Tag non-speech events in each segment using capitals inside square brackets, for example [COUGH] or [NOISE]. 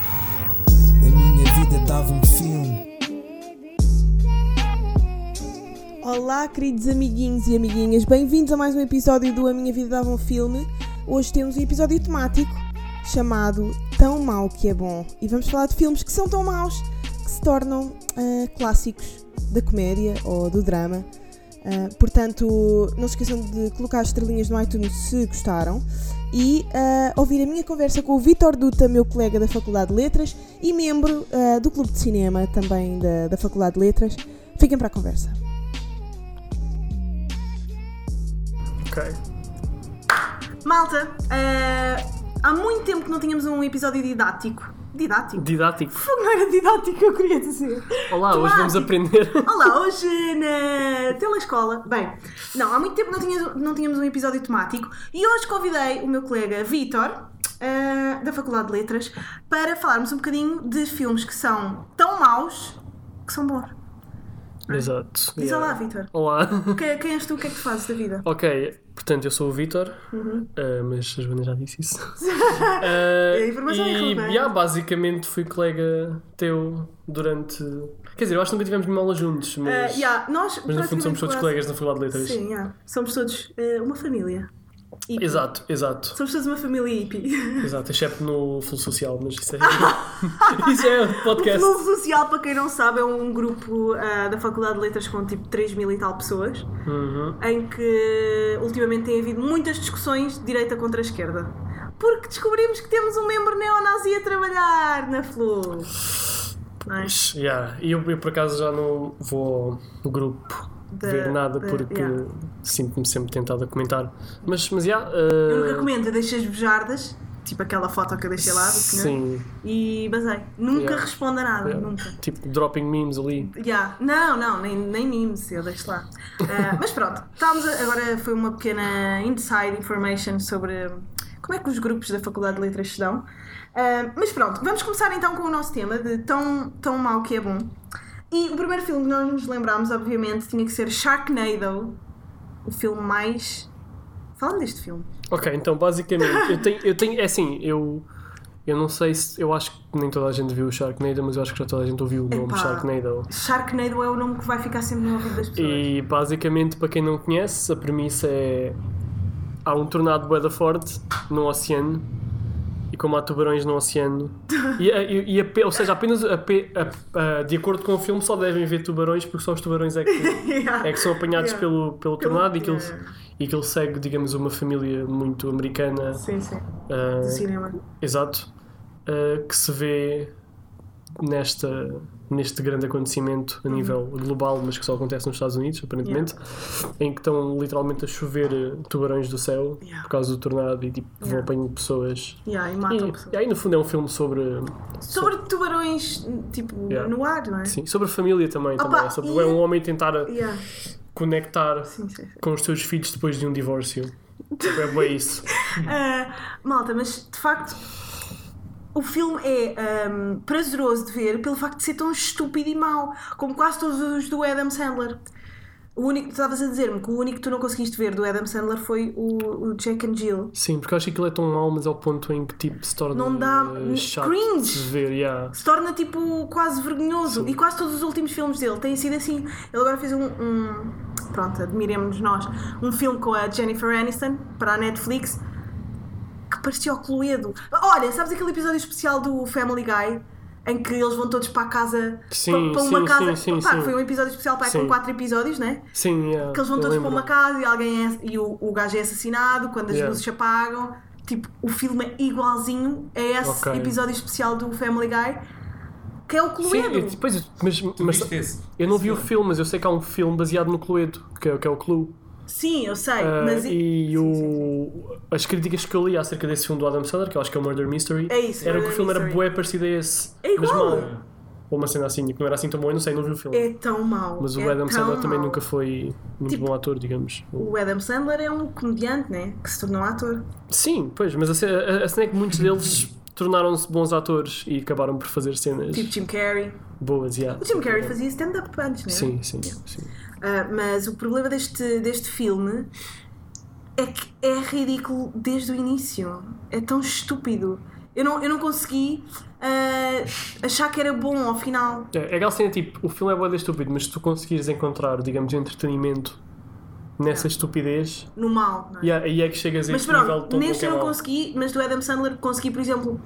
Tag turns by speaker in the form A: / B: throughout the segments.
A: A minha vida dava um filme.
B: Olá, queridos amiguinhos e amiguinhas, bem-vindos a mais um episódio do A Minha Vida Dava um Filme. Hoje temos um episódio temático chamado Tão Mal que é Bom e vamos falar de filmes que são tão maus que se tornam ah, clássicos da comédia ou do drama. Ah, portanto, não se esqueçam de colocar as estrelinhas no iTunes se gostaram e ah, ouvir a minha conversa com o Vítor Duta, meu colega da Faculdade de Letras e membro ah, do Clube de Cinema também da, da Faculdade de Letras. Fiquem para a conversa.
C: Ok.
B: Malta, eh, há muito tempo que não tínhamos um episódio didático. Didático?
C: Didático.
B: Fogo, não era didático que eu queria dizer.
C: Olá, hoje vamos
B: Didático. [LAUGHS]
C: aprender.
B: Olá, hoje na telescola. Bem, não, há muito tempo não tínhamos, não tínhamos um episódio temático e hoje convidei o meu colega Vítor, eh, da Faculdade de Letras, para falarmos um bocadinho de filmes que são tão maus que são bons.
C: Exato.
B: Diz
C: Yeah.
B: olá, Vítor.
C: Olá. [LAUGHS]
B: Que- Quem és tu? O que é que tu fazes da vida?
C: Ok, portanto, eu sou o Vitor, mas a Joana já
B: [LAUGHS]
C: disse isso. Ah,
B: A informação Uhum. é
C: e
B: relevante.
C: yeah, basicamente fui colega teu durante. Quer dizer, eu acho que nunca tivemos nenhuma aula juntos, mas,
B: Eh, yeah, nós
C: mas no fundo somos todos
B: praticamente
C: colegas na Faculdade de
B: quase-
C: Letras.
B: Sim, yeah, somos todos eh, uma família. Hippie.
C: é. Exato, exato,
B: Somos todos uma família hippie.
C: [LAUGHS] exato, excepto no Full Social, mas
B: [LAUGHS]
C: isso é, [LAUGHS] isso é podcast.
B: O Clube Social, para quem não sabe, é um grupo ah, da Faculdade de Letras com tipo 3 mil e tal pessoas,
C: Uhum.
B: em que ultimamente tem havido muitas discussões de direita contra a esquerda. Porque descobrimos que temos um membro neonazi a trabalhar na Flor. Não é?
C: Yeah. E eu, eu, por acaso já não vou ao grupo
B: Da-
C: ver nada
B: da-
C: porque
B: yeah.
C: sinto-me sempre tentado a comentar. Mas, eh, mas já.
B: Eu nunca comento, eu deixei as bejardas, tipo aquela foto que eu deixei lá, do senhor,
C: Sim.
B: e basei. Nunca
C: Yeah.
B: respondo a nada,
C: yeah.
B: nunca.
C: Tipo, dropping memes ali.
B: Yeah. Não, não, nem, nem memes, eu deixo lá.
C: [LAUGHS]
B: Ah, mas pronto, estávamos a- agora foi uma pequena inside information sobre como é que os grupos da Faculdade de Letras se dão. Ah, mas pronto, vamos começar então com o nosso tema de tão, tão mau que é bom. E o primeiro filme que nós nos lembrámos, obviamente, tinha que ser Sharknado, o filme mais. Falando deste filme.
C: Ok, então basicamente, eu tenho, eu tenho. É assim, eu. Eu não sei se. Eu acho que nem toda a gente viu o Sharknado, mas eu acho que já toda a gente ouviu o nome
B: Epá.
C: Sharknado.
B: Sharknado é o nome que vai ficar sempre no ouvido das pessoas. [LAUGHS]
C: E basicamente, para quem não conhece, a premissa é. Há um tornado bué da forte no oceano. E como há tubarões no
B: [LAUGHS]
C: oceano. E, a- e- e a- ou seja, apenas. a pe- a- a- de acordo com o filme, só devem ver tubarões, porque só os tubarões é que,
B: Yeah.
C: é que são
B: [LAUGHS]
C: apanhados
B: Yeah.
C: pelo, pelo tornado. E que, ele,
B: yeah.
C: e que ele segue, digamos, uma família muito americana.
B: Sim, sim.
C: ah,
B: Do cinema.
C: exato. ah, que se vê nesta, neste grande acontecimento
B: Uhum.
C: a nível global, mas que só acontece nos Estados Unidos, aparentemente, em que estão literalmente a chover eh, tubarões do céu
B: Yeah.
C: por causa do tornado e tipo,
B: Yeah.
C: vão
B: Ah, tá,
C: apanhando pessoas.
B: Yeah, e
C: E,
B: matam pessoas.
C: e aí no fundo é um filme sobre,
B: Sobre tubarões, tipo,
C: Yeah.
B: no ar, não é?
C: sim, sobre a família também,
B: Opa,
C: também. É sobre
B: e-
C: é um homem tentar a
B: Yeah.
C: conectar
B: Sim, sim, sim.
C: com os seus filhos depois de um divórcio.
B: [LAUGHS]
C: Tipo, é bem isso.
B: Ah, malta, mas de facto, o filme é ahm, prazeroso de ver pelo facto de ser tão estúpido e mau, como quase todos os do Adam Sandler. O único, tu estavas a dizer-me que o único que tu não conseguiste ver do Adam Sandler foi o, o Jack and Jill.
C: Sim, porque eu acho que aquilo é tão mau, mas ao ponto em que tipo, se torna
B: Não dá-
C: eh, chato de
B: cringe.
C: se ver. Yeah.
B: Se torna tipo quase vergonhoso. E quase todos os últimos filmes dele têm sido assim. Ele agora fez um. um- pronto, admiremos-nos nós. Um filme com a Jennifer Aniston para a Netflix que parecia o Cluedo. Olha, sabes aquele episódio especial do Family Guy? Em que eles vão todos para a casa.
C: Sim,
B: para, para uma
C: sim,
B: casa.
C: sim, sim,
B: pá,
C: sim.
B: Foi um episódio especial pá, com
C: Sim.
B: quatro episódios, né?
C: Sim, yeah,
B: Que eles vão
C: eu
B: todos para
C: lembro.
B: uma casa e, alguém é- e o, o gajo é assassinado quando as
C: Yeah.
B: luzes se apagam. Tipo, o filme é igualzinho a esse
C: Ok.
B: episódio especial do Family Guy, que é o
C: Sim, tipo,
B: Cluedo.
C: eu- depois, mas, mas- tipo,
D: Viste esse?
B: É,
C: eu não vi o filme, mas eu sei que há um filme baseado no Cluedo, que é, que é o Clue.
B: Sim, eu sei,
C: Ah,
B: mas i-
C: e o, as críticas que eu li acerca desse filme do Adam Sandler, que eu acho que é o Murder Mystery,
B: É isso,
C: era que
B: Murder
C: o filme era
B: Mystery.
C: bué parecido a esse.
B: É
C: mas
B: igual.
C: mal. Ou uma cena assim, que não era assim tão bom, eu não sei, não vi o filme.
B: é tão mau.
C: mas o
B: é
C: Adam
B: tão
C: Sandler também
B: mau.
C: nunca foi muito
B: Tipo-
C: bom ator, digamos.
B: O Adam Sandler é um comediante, né? Que se tornou ator.
C: Sim, pois, mas a ce- a a cena é que
B: [LAUGHS]
C: muitos deles tornaram-se bons atores e acabaram por fazer cenas
B: Tipo Jim Carrey.
C: boas. Yeah.
B: O Jim Carrey fazia stand-up antes, né?
C: Sim, sim, sim.
B: Ah, mas o problema deste, deste filme é que é ridículo desde o início. É tão estúpido. Eu não, eu não consegui ah, achar que era bom ao final.
C: É, é aquela cena tipo, o filme é boa estúpido, mas se tu conseguires encontrar, digamos, entretenimento nessa estupidez,
B: No mal. Não é?
C: e aí é que chegas a
B: Mas
C: este nível
B: pronto,
C: todo
B: neste eu não
C: mal.
B: consegui, mas do Adam Sandler consegui, por exemplo,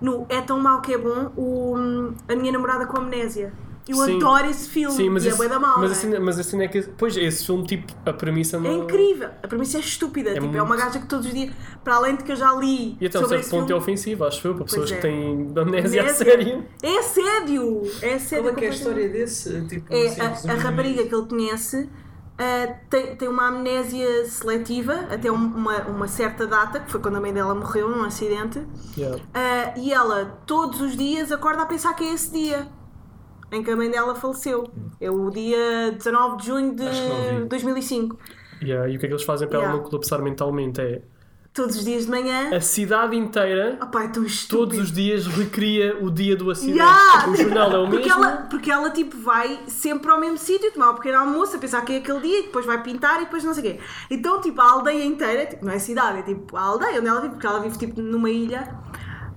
B: no É Tão Mal Que É Bom, o, hum, a minha namorada com amnésia. Eu
C: Sim.
B: adoro esse filme
C: Sim, mas
B: e é
C: esse-
B: bué da mal.
C: mas
B: não é?
C: assim, mas assim é que. Pois, esse filme, tipo, a premissa não.
B: É incrível. A premissa é estúpida. tipo, é uma
C: muito-
B: gaja que todos os dias, para além de que eu já li.
C: E até um
B: sobre
C: certo
B: esse
C: ponto é
B: filme,
C: ofensivo, acho eu, para pessoas
B: é.
C: que têm amnésia a
B: Amnésia.
C: sério.
B: É assédio! É assédio.
E: Como é que é a
B: completamente.
E: história desse? Tipo,
B: É,
E: assim,
B: a, a
E: resumidamente.
B: rapariga que ele conhece ah, tem, tem uma amnésia seletiva até um- uma, uma certa data, que foi quando a mãe dela morreu num acidente,
C: Yeah.
B: ah, e ela todos os dias acorda a pensar que é esse dia em que a mãe dela faleceu. É o dia 19 de junho
E: Acho que não
B: de
E: vi.
B: 2005.
C: Yeah, E o que é que eles fazem para
B: Yeah.
C: ela não colapsar mentalmente? É
B: Todos os dias de manhã.
E: É
C: a cidade inteira,
B: Ah, pá, é tão estúpido.
C: todos os dias, recria o dia do acidente.
B: Yeah!
C: O jornal é o
B: Porque
C: mesmo.
B: ela, porque ela tipo vai sempre ao mesmo sítio tomar um pequeno almoço, a pensar que é aquele dia, e depois vai pintar e depois não sei o quê. Então, tipo, a aldeia inteira, tipo, não é cidade, é tipo a aldeia onde ela vive, porque ela vive tipo numa ilha,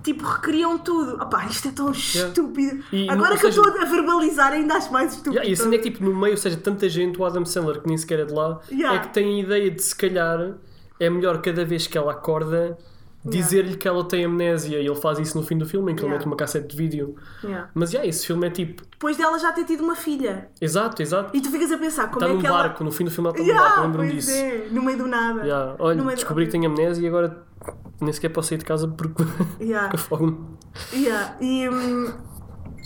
B: tipo, recriam tudo. Opá, isto é tão estúpido.
C: E
B: Agora
C: não-
B: que eu
C: ou seja-
B: estou a verbalizar, ainda acho mais estúpido.
C: Yeah, e assim é que, tipo, no meio, ou seja, tanta gente, o Adam Sandler, que nem sequer é de lá,
B: Yeah.
C: é que tem a ideia de se calhar é melhor cada vez que ela acorda dizer-lhe que ela tem amnésia. E ele faz isso no fim do filme, em que ele
B: Yeah.
C: mete uma cassete de vídeo.
B: Yeah.
C: Mas yeah, esse filme é tipo.
B: Depois dela já ter tido uma filha.
C: Exato, exato.
B: E tu ficas a pensar como
C: Está
B: é
C: Tá num
B: que ela.
C: barco, no fim do filme ela está num barco,
B: Yeah,
C: lembro-me
B: pois
C: disso.
B: é, no meio do nada.
C: Yeah,
B: No meio do-
C: Olha, descobri que tenho amnésia e agora nem sequer posso sair de casa porque [LAUGHS]
B: Yeah.
C: eu fogo.
B: Yeah, E, hum,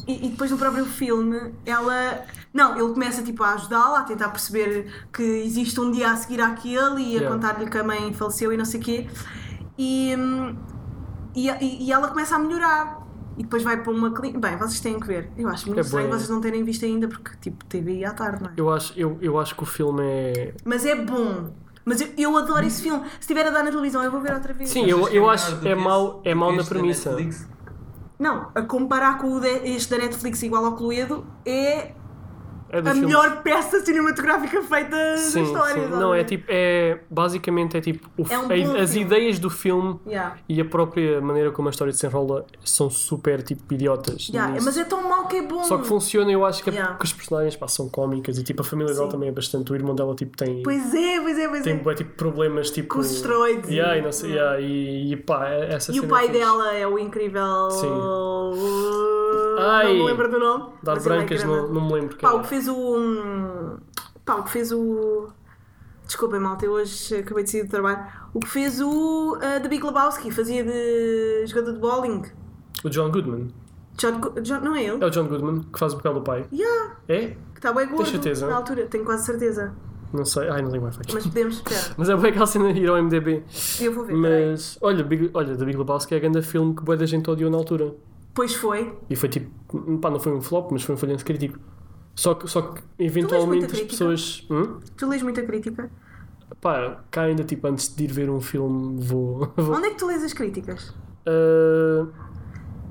B: e, e depois no próprio filme, ela. Não, ele começa tipo, a ajudá-la, a tentar perceber que existe um dia a seguir àquele e a
C: Yeah.
B: contar-lhe que a mãe faleceu e não sei o quê. E, hum, e, e- e ela começa a melhorar. E depois vai para uma clínica. Bem, vocês têm que ver. Eu acho muito
C: É
B: estranho
C: bué.
B: vocês não terem visto ainda, porque tipo, TV à tarde, não é?
C: Eu acho, eu, eu acho que o filme é.
B: Mas é bom. Mas eu, eu adoro esse filme. Se estiver a dar na televisão, eu vou ver outra vez.
C: Sim, eu,
E: Achas
C: eu
E: que melhor
C: acho
E: do que
C: é
E: esse-
C: mau, é
E: do
C: mau
E: que
C: na
E: este da
C: premissa.
E: Netflix?
B: Não, a comparar com o de- este da Netflix igual ao Cluedo é
C: É do
B: a
C: filme.
B: melhor peça cinematográfica feita da
C: Sim,
B: história.
C: sim.
B: sabe?
C: Não, é tipo. É, basicamente é tipo. o-
B: É um
C: a-
B: bom
C: as
B: filme.
C: ideias do filme
B: Yeah.
C: e a própria maneira como a história se enrola são super tipo idiotas.
B: Yeah,
C: nisso.
B: Mas é tão mau que é bom.
C: Só que funciona, eu acho que, é
B: Yeah.
C: porque as personagens pá, são cómicas e tipo a família dela
B: Sim.
C: também é bastante. O irmão dela tipo tem.
B: Pois é, pois é, pois
C: tem
B: é.
C: bué, tipo, problemas tipo.
B: Com os esteroides e-
C: Yeah, e, não sei, yeah, e, e pá, essa
B: E o
C: cena é
B: pai
C: fixe.
B: dela é o incrível.
C: Sim.
B: Não
C: Ai.
B: me lembro do nome.
C: Dar
B: mas ele é
C: brancas,
B: grande.
C: não, não me lembro quem é.
B: Pá, o
C: era.
B: que fez o. hum, Pá, o que fez o. Desculpem, malta, eu hoje acabei de sair do trabalho. O que fez o ah, The Big Lebowski, fazia de jogador de bowling.
C: O John Goodman.
B: John, Go- John- não é ele?
C: É o John Goodman que faz o papel do pai.
B: Yeah,
C: É?
B: que está bem gordo
C: certeza?
B: na altura, tenho quase certeza.
C: Não sei. Ai, não tenho mais aqui.
B: Mas podemos esperar.
C: Mas é bem aquela cena de ir ao MDB.
B: Eu vou ver. tá peraí.
C: Mas, olha, Big, olha, The Big Lebowski é a grande filme que boa da gente odiou na altura.
B: Pois foi.
C: E foi tipo, pá, não foi um flop, mas foi um falhanço crítico. Só que, só que
B: muita
C: eventualmente as
B: crítica?
C: pessoas. Hum?
B: Tu lês muita crítica.
C: Pá, cá ainda tipo, antes de ir ver um filme, vou. [LAUGHS] vou-
B: Onde é que tu lês as críticas?
C: Ah,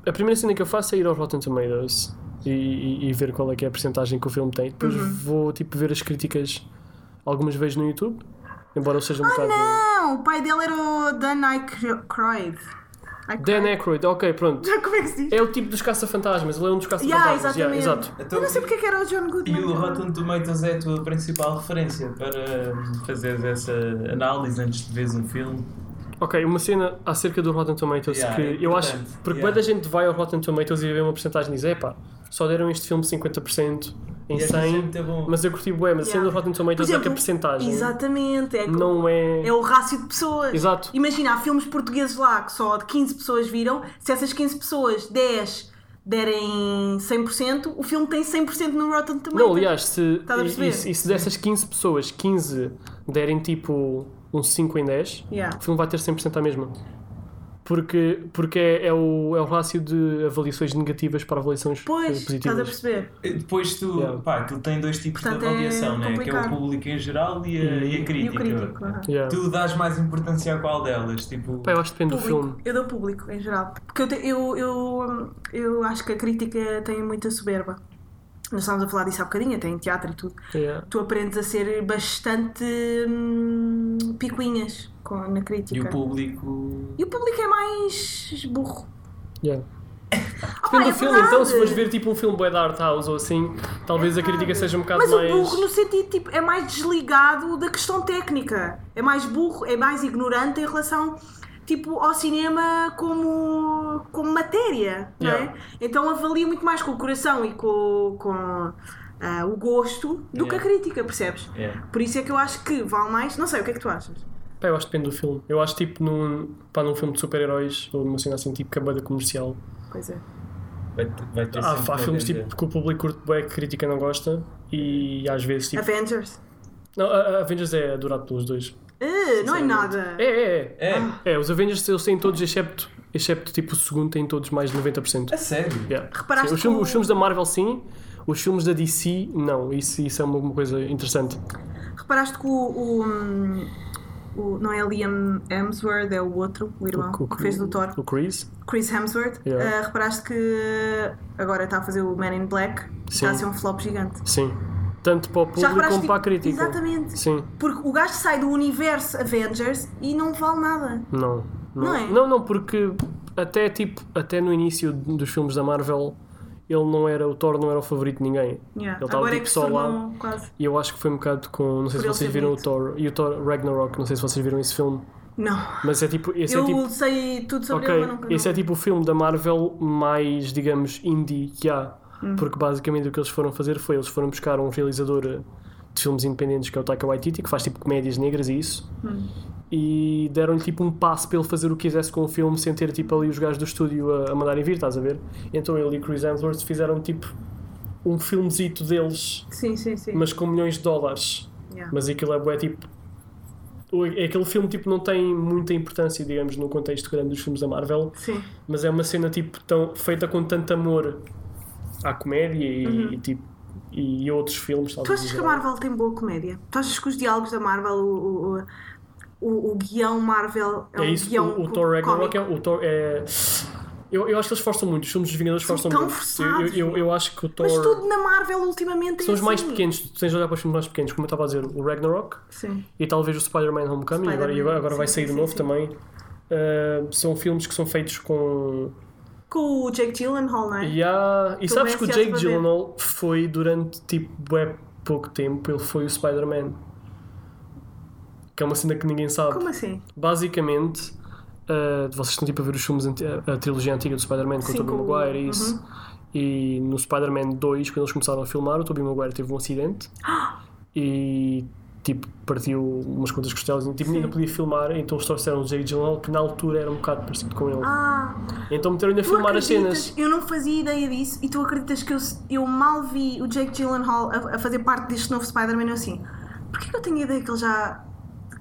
C: a primeira cena que eu faço é ir ao Rotten Tomatoes e, e- e ver qual é que é a porcentagem que o filme tem. Depois
B: Uhum.
C: vou tipo ver as críticas algumas vezes no YouTube, embora eu seja um bocado.
B: Ah, Não, o pai dela era o Dan Aykroyd. Aykroyd. [LAUGHS]
C: Dan Aykroyd, ok, pronto.
B: Como é que se diz?
C: É o tipo dos caça-fantasmas, ele é um dos
B: Yeah,
C: caça-fantasmas. yeah,
B: exatamente.
C: exato.
B: Eu não sei porque é que era o John
E: Então, E
B: Goodman.
E: o Rotten Tomatoes é a tua principal referência para hum, fazeres essa análise antes de veres um filme.
C: Ok, uma cena acerca do Rotten Tomatoes
E: Yeah,
C: que
E: é
C: eu acho.
E: importante.
C: Porque
E: Yeah.
C: quando a gente vai ao Rotten Tomatoes e vê uma porcentagem e diz: epá, só deram este filme 50% em
E: E esta
C: 100,
E: gente é bom.
C: mas eu curti bué, mas a cena
B: Yeah.
C: do Rotten
B: Por
C: Tomatoes é que a
B: exemplo,
C: porcentagem
B: Exatamente, é, que-
C: não é.
B: é o rácio de pessoas.
C: Exato.
B: Imagina, há filmes portugueses lá que só de 15 pessoas viram. Se essas 15 pessoas, 10 derem 100%, o filme tem 100% no Rotten é? Tomatoes.
C: Não, aliás, se,
B: Estás a
C: e,
B: perceber?
C: e se- e se dessas 15 pessoas, 15 derem tipo um 5 em 10,
B: Yeah.
C: o filme vai ter 100% a mesma. Porque, porque é, é o, é o rácio de avaliações negativas para avaliações eh,
B: Pois, estás a
C: positivas.
B: perceber?
E: E Depois tu,
C: Yeah.
E: pá, tu tens dois tipos
B: Portanto,
E: de
B: é
E: avaliação, né? que é o
B: complicado.
E: público em geral e a, e a
B: E o
E: crítica.
B: crítico. aham.
C: Yeah.
E: Tu dás mais importância a qual delas? Tipo,
C: Pá, eu acho que depende do
B: Público.
C: filme.
B: Eu dou público, em geral. Porque eu, te- eu, eu, eu acho que a crítica tem muita soberba. Nós estávamos a falar disso há bocadinho, até em teatro e tudo.
C: Yeah.
B: Tu aprendes a ser bastante hum, picuinhas com, na crítica.
E: E o público.
B: E o público é mais burro.
C: Yeah.
B: Ah, pá,
C: Depende
B: é
C: do filme, então, se fores
B: verdade. Ah,
C: ver tipo um filme bué da Art House ou assim, talvez a crítica seja um bocado
B: Mas
C: mais.
B: o burro, no sentido, tipo, é mais desligado da questão técnica. É mais burro, é mais ignorante em relação, tipo, ao cinema como, como matéria, não
C: Yeah.
B: é? Então avalia muito mais com o coração e com, com ah, o gosto do que a
E: Yeah.
B: crítica, percebes?
E: Yeah.
B: Por isso é que eu acho que vale mais... Não sei, o que é que tu achas?
C: Pá, eu acho que depende do filme. Eu acho tipo num, pá, num filme de super-heróis ou numa cena assim tipo cabada comercial.
B: Pois é.
E: Vai, vai ter
C: Há,
E: sempre
C: há
E: uma
C: filmes
E: venda.
C: tipo que o público curte bué, que a crítica não gosta e às vezes tipo.
B: Avengers?
C: Não, a, a Avengers é adorado pelos dois.
B: Ah, não é nada.
C: É, é, é.
E: É,
C: É, os Avengers eles têm todos, excepto, excepto tipo o segundo, têm todos mais de 90%.
E: a sério.
C: Yeah.
B: Reparaste
C: Sim, os, filmes,
B: que o-
C: os filmes da Marvel, sim. Os filmes da DC, não. Isso, isso é uma, uma coisa interessante. É-
B: Reparaste que o, o, hum, o- Não é Liam Hemsworth, é o outro, o irmão,
C: O- o-
B: que fez do Thor.
C: O Chris?
B: Chris Hemsworth,
C: Yeah.
B: uh, reparaste que agora está a fazer o Man in Black, está a ser um flop gigante.
C: Sim. Tanto para o
B: Já
C: público
B: reparaste,
C: como para a
B: tipo,
C: crítica.
B: exatamente.
C: Sim.
B: Porque o gajo sai do universo Avengers e não vale nada.
C: Não. Não,
B: Não é?
C: não, não, porque até tipo, até no início dos filmes da Marvel, ele não era, o Thor não era o favorito de ninguém.
B: Yeah.
C: Ele estava
B: Agora é
C: tipo
B: que se
C: só lá.
B: tornou quase.
C: E eu acho que foi um bocado com. Não
B: Por
C: sei se
B: ele
C: vocês
B: ser
C: viram
B: bonito.
C: o Thor e o Thor Ragnarok, não sei se vocês viram esse filme.
B: Não.
C: Mas é tipo. Esse
B: eu
C: é tipo
B: sei tudo sobre
C: ok,
B: ele, mas nunca.
C: esse é tipo o filme da Marvel mais, digamos, indie que há.
B: Hum.
C: Porque basicamente o que eles foram fazer foi eles foram buscar um realizador eh, de filmes independentes que é o Taika Waititi, que faz tipo comédias negras e isso.
B: Hum.
C: E deram-lhe tipo um passo para ele fazer o que quisesse com o filme sem ter tipo ali os gajos do estúdio a, a mandarem vir, estás a ver? Então ele e Chris Hemsworth fizeram tipo um filmezito deles,
B: Sim, sim, sim.
C: mas com milhões de dólares.
B: Yeah.
C: Mas aquilo é, bué, tipo. o- é Aquele filme tipo, não tem muita importância, digamos, no contexto grande dos filmes da Marvel,
B: Sim.
C: mas é uma cena tipo, tão, feita com tanto amor à comédia e, e, tipo, e outros filmes.
B: Uhum. Tu
C: talvez,
B: achas
C: em
B: que a
C: geral.
B: Marvel tem boa comédia? Tu achas que os diálogos da Marvel, o, o, o, o guião Marvel é,
C: É
B: um
C: isso,
B: guião
C: o, o Thor Ragnarok é,
B: cómico?
C: o Thor, é. Eu, eu acho que eles forçam muito, os filmes dos Vingadores
B: São
C: forçam
B: tão
C: muito. Eu,
B: forçados,
C: eu, eu, eu acho que o Thor.
B: Mas tudo na Marvel ultimamente é
C: São os mais
B: assim.
C: pequenos, tu tens de olhar para os filmes mais pequenos, como eu estava a dizer, o Ragnarok,
B: Sim.
C: e talvez o Spider-Man Homecoming,
B: Spider-Man,
C: agora, e agora, agora
B: sim,
C: vai sair
B: sim,
C: de novo
B: sim.
C: também. Uh, são filmes que são feitos com.
B: Com o Jake Gyllenhaal, não é?
C: E, há- e
B: Tô
C: sabes
B: bem
C: que o
B: ansiosa
C: Jake
B: para ver.
C: Gyllenhaal foi durante tipo bué pouco tempo, ele foi o Spider-Man. Que é uma cena que ninguém sabe.
B: Como assim?
C: Basicamente, uh, vocês estão tipo a ver os filmes, anti- a, a trilogia antiga do Spider-Man com o
B: Sim,
C: Tobey
B: com o- Uhum.
C: Maguire e isso. E no Spider-Man 2, quando eles começaram a filmar, o Tobey Maguire teve
B: [GASPS]
C: um acidente e tipo partiu umas quantas costelas e tipo, não podia filmar, então eles trouxeram o Jake Gyllenhaal que na altura era um bocado parecido com ele.
B: Ah,
C: Então meteram-lhe a
B: tu
C: filmar as
B: acreditas-
C: cenas.
B: Eu não fazia ideia disso e tu acreditas que eu, eu mal vi o Jake Gyllenhaal a, a fazer parte deste novo Spider-Man? Eu assim, porquê que eu tenho a ideia que ele já.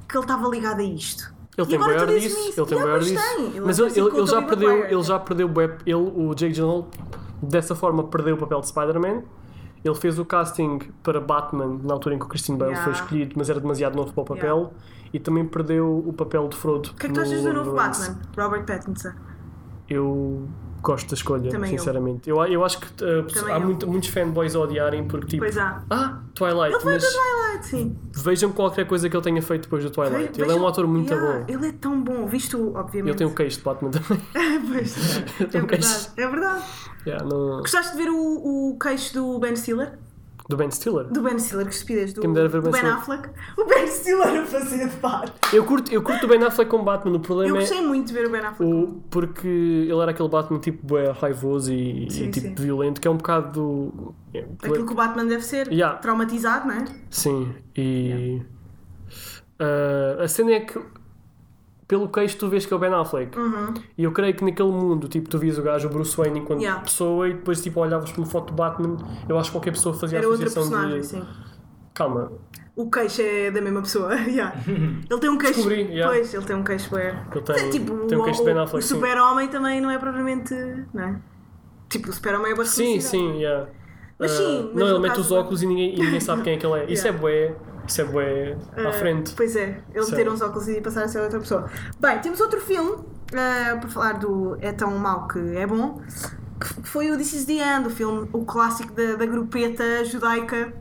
B: que ele estava ligado a isto?
C: Ele
B: E
C: tem
B: agora
C: maior
B: tu dizes-me
C: disso,
B: isso.
C: ele tem
B: Yeah,
C: maior
B: pois
C: disso.
B: tem. Ele
C: Mas
B: é
C: ele,
B: assim
C: ele-
B: com
C: ele
B: o
C: já
B: Tobey
C: perdeu,
B: Maguire,
C: ele
B: né?
C: já perdeu, bué- ele, o Jake Gyllenhaal dessa forma perdeu o papel de Spider-Man. Ele fez o casting para Batman na altura em que o Christian Bale foi
B: Yeah.
C: escolhido, mas era demasiado novo para o papel. E também perdeu o papel de Frodo.
B: O que é que tu achas do novo
C: Lord of the Rings.
B: Batman? Robert Pattinson.
C: Eu gosto da escolha,
B: Também eu.
C: sinceramente. Eu, eu acho que uh,
B: Também
C: há
B: eu.
C: muito- muitos fanboys a odiarem porque tipo.
B: Pois há.
C: Ah, Twilight,
B: Ele foi
C: mas
B: do Twilight, sim.
C: vejam qualquer coisa que ele tenha feito depois do Twilight. ele é
B: Vejam-
C: um ator muito
B: Yeah,
C: bom.
B: Ele é tão bom, visto, obviamente.
C: Eu tenho o queixo de Batman também.
B: [LAUGHS]
C: [LAUGHS]
B: Pois, é
C: tenho um
B: verdade, é verdade.
C: Yeah, não-
B: Gostaste de ver o, o queixo do Ben Stiller?
C: Do Ben Stiller.
B: Do Ben Stiller, que estupidez. Do,
C: Quem me dera ver
B: do
C: Ben
B: Ben
C: Stiller.
B: Affleck. O Ben Stiller a fazer de par.
C: Eu curto, eu curto o Ben Affleck com Batman, o
B: Eu
C: problema é
B: gostei muito de ver o Ben Affleck.
C: o, porque ele era aquele Batman tipo bué, raivoso e, e,
B: Sim,
C: tipo
B: sim.
C: violento, que é um bocado do. é,
B: Aquilo que o Batman deve ser.
C: Yeah.
B: Traumatizado, não é?
C: Sim, e. Ah, a cena é que pelo queixo tu vês que é o Ben Affleck.
B: Uhum.
C: E eu creio que naquele mundo, tipo, tu vias o gajo, o Bruce Wayne enquanto
B: Yeah.
C: pessoa e depois tipo olhavas para uma foto de Batman, eu acho que qualquer pessoa fazia
B: Era
C: a
B: outra
C: associação
B: personagem,
C: de.
B: sim.
C: Calma,
B: O queixo é da mesma pessoa. [LAUGHS] yeah. Ele tem um queixo.
C: Descobri, yeah.
B: Pois, ele tem um queixo. É.
C: Ele tem-
B: tipo,
C: tem um queixo de Ben
B: o-
C: Affleck,
B: O
C: sim.
B: super-homem também não é propriamente. Não é? Tipo, o super-homem é
C: Sim,
B: bastante.
C: sim, yeah.
B: Mas
C: Ah,
B: sim, mas
C: não,
B: no
C: ele mete
B: caso
C: os
B: do-
C: óculos e ninguém, e ninguém sabe quem é que ele é.
B: [LAUGHS]
C: Isso é bué, isso é bué à frente.
B: Pois é, ele
C: Sim.
B: ter uns óculos e passar a ser outra pessoa. Bem, temos outro filme, ah, para falar do É Tão Mal Que É Bom, que que foi o This is the End, o filme, o clássico da, da grupeta judaica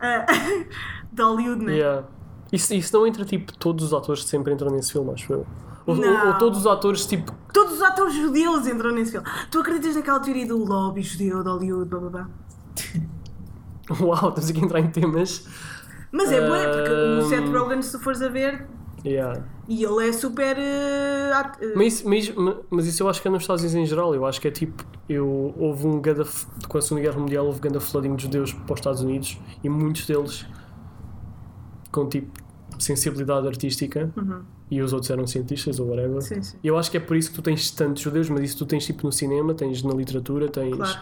B: ah, [LAUGHS] de Hollywood, né?
C: Yeah. Isso, isso não entra tipo todos os atores que sempre entram nesse filme, acho eu. Ou, ou-
B: Não.
C: ou todos os atores tipo. [LAUGHS]
B: Todos os atores judeus entram nesse filme. Tu acreditas naquela teoria do lobby judeu de Hollywood, blá blá blá?
C: Uau, temos aqui a entrar em temas.
B: Mas é bué, porque o
C: Ahm.
B: Seth Rogen, se tu fores a ver,
C: Yeah.
B: e ele é super. eh, at- eh,
C: Mas, isso- mas, mas isso eu acho que é nos Estados Unidos em geral. Eu acho que é tipo. Eu, houve um ganda. f- Com a Segunda Guerra Mundial, houve ganda flooding de judeus para os Estados Unidos e muitos deles com tipo sensibilidade artística e os outros eram cientistas ou whatever.
B: Uhum. Sim, sim.
C: E eu acho que é por isso que tu tens tantos judeus, mas isso tu tens tipo no cinema, tens na literatura, tens.
B: Claro.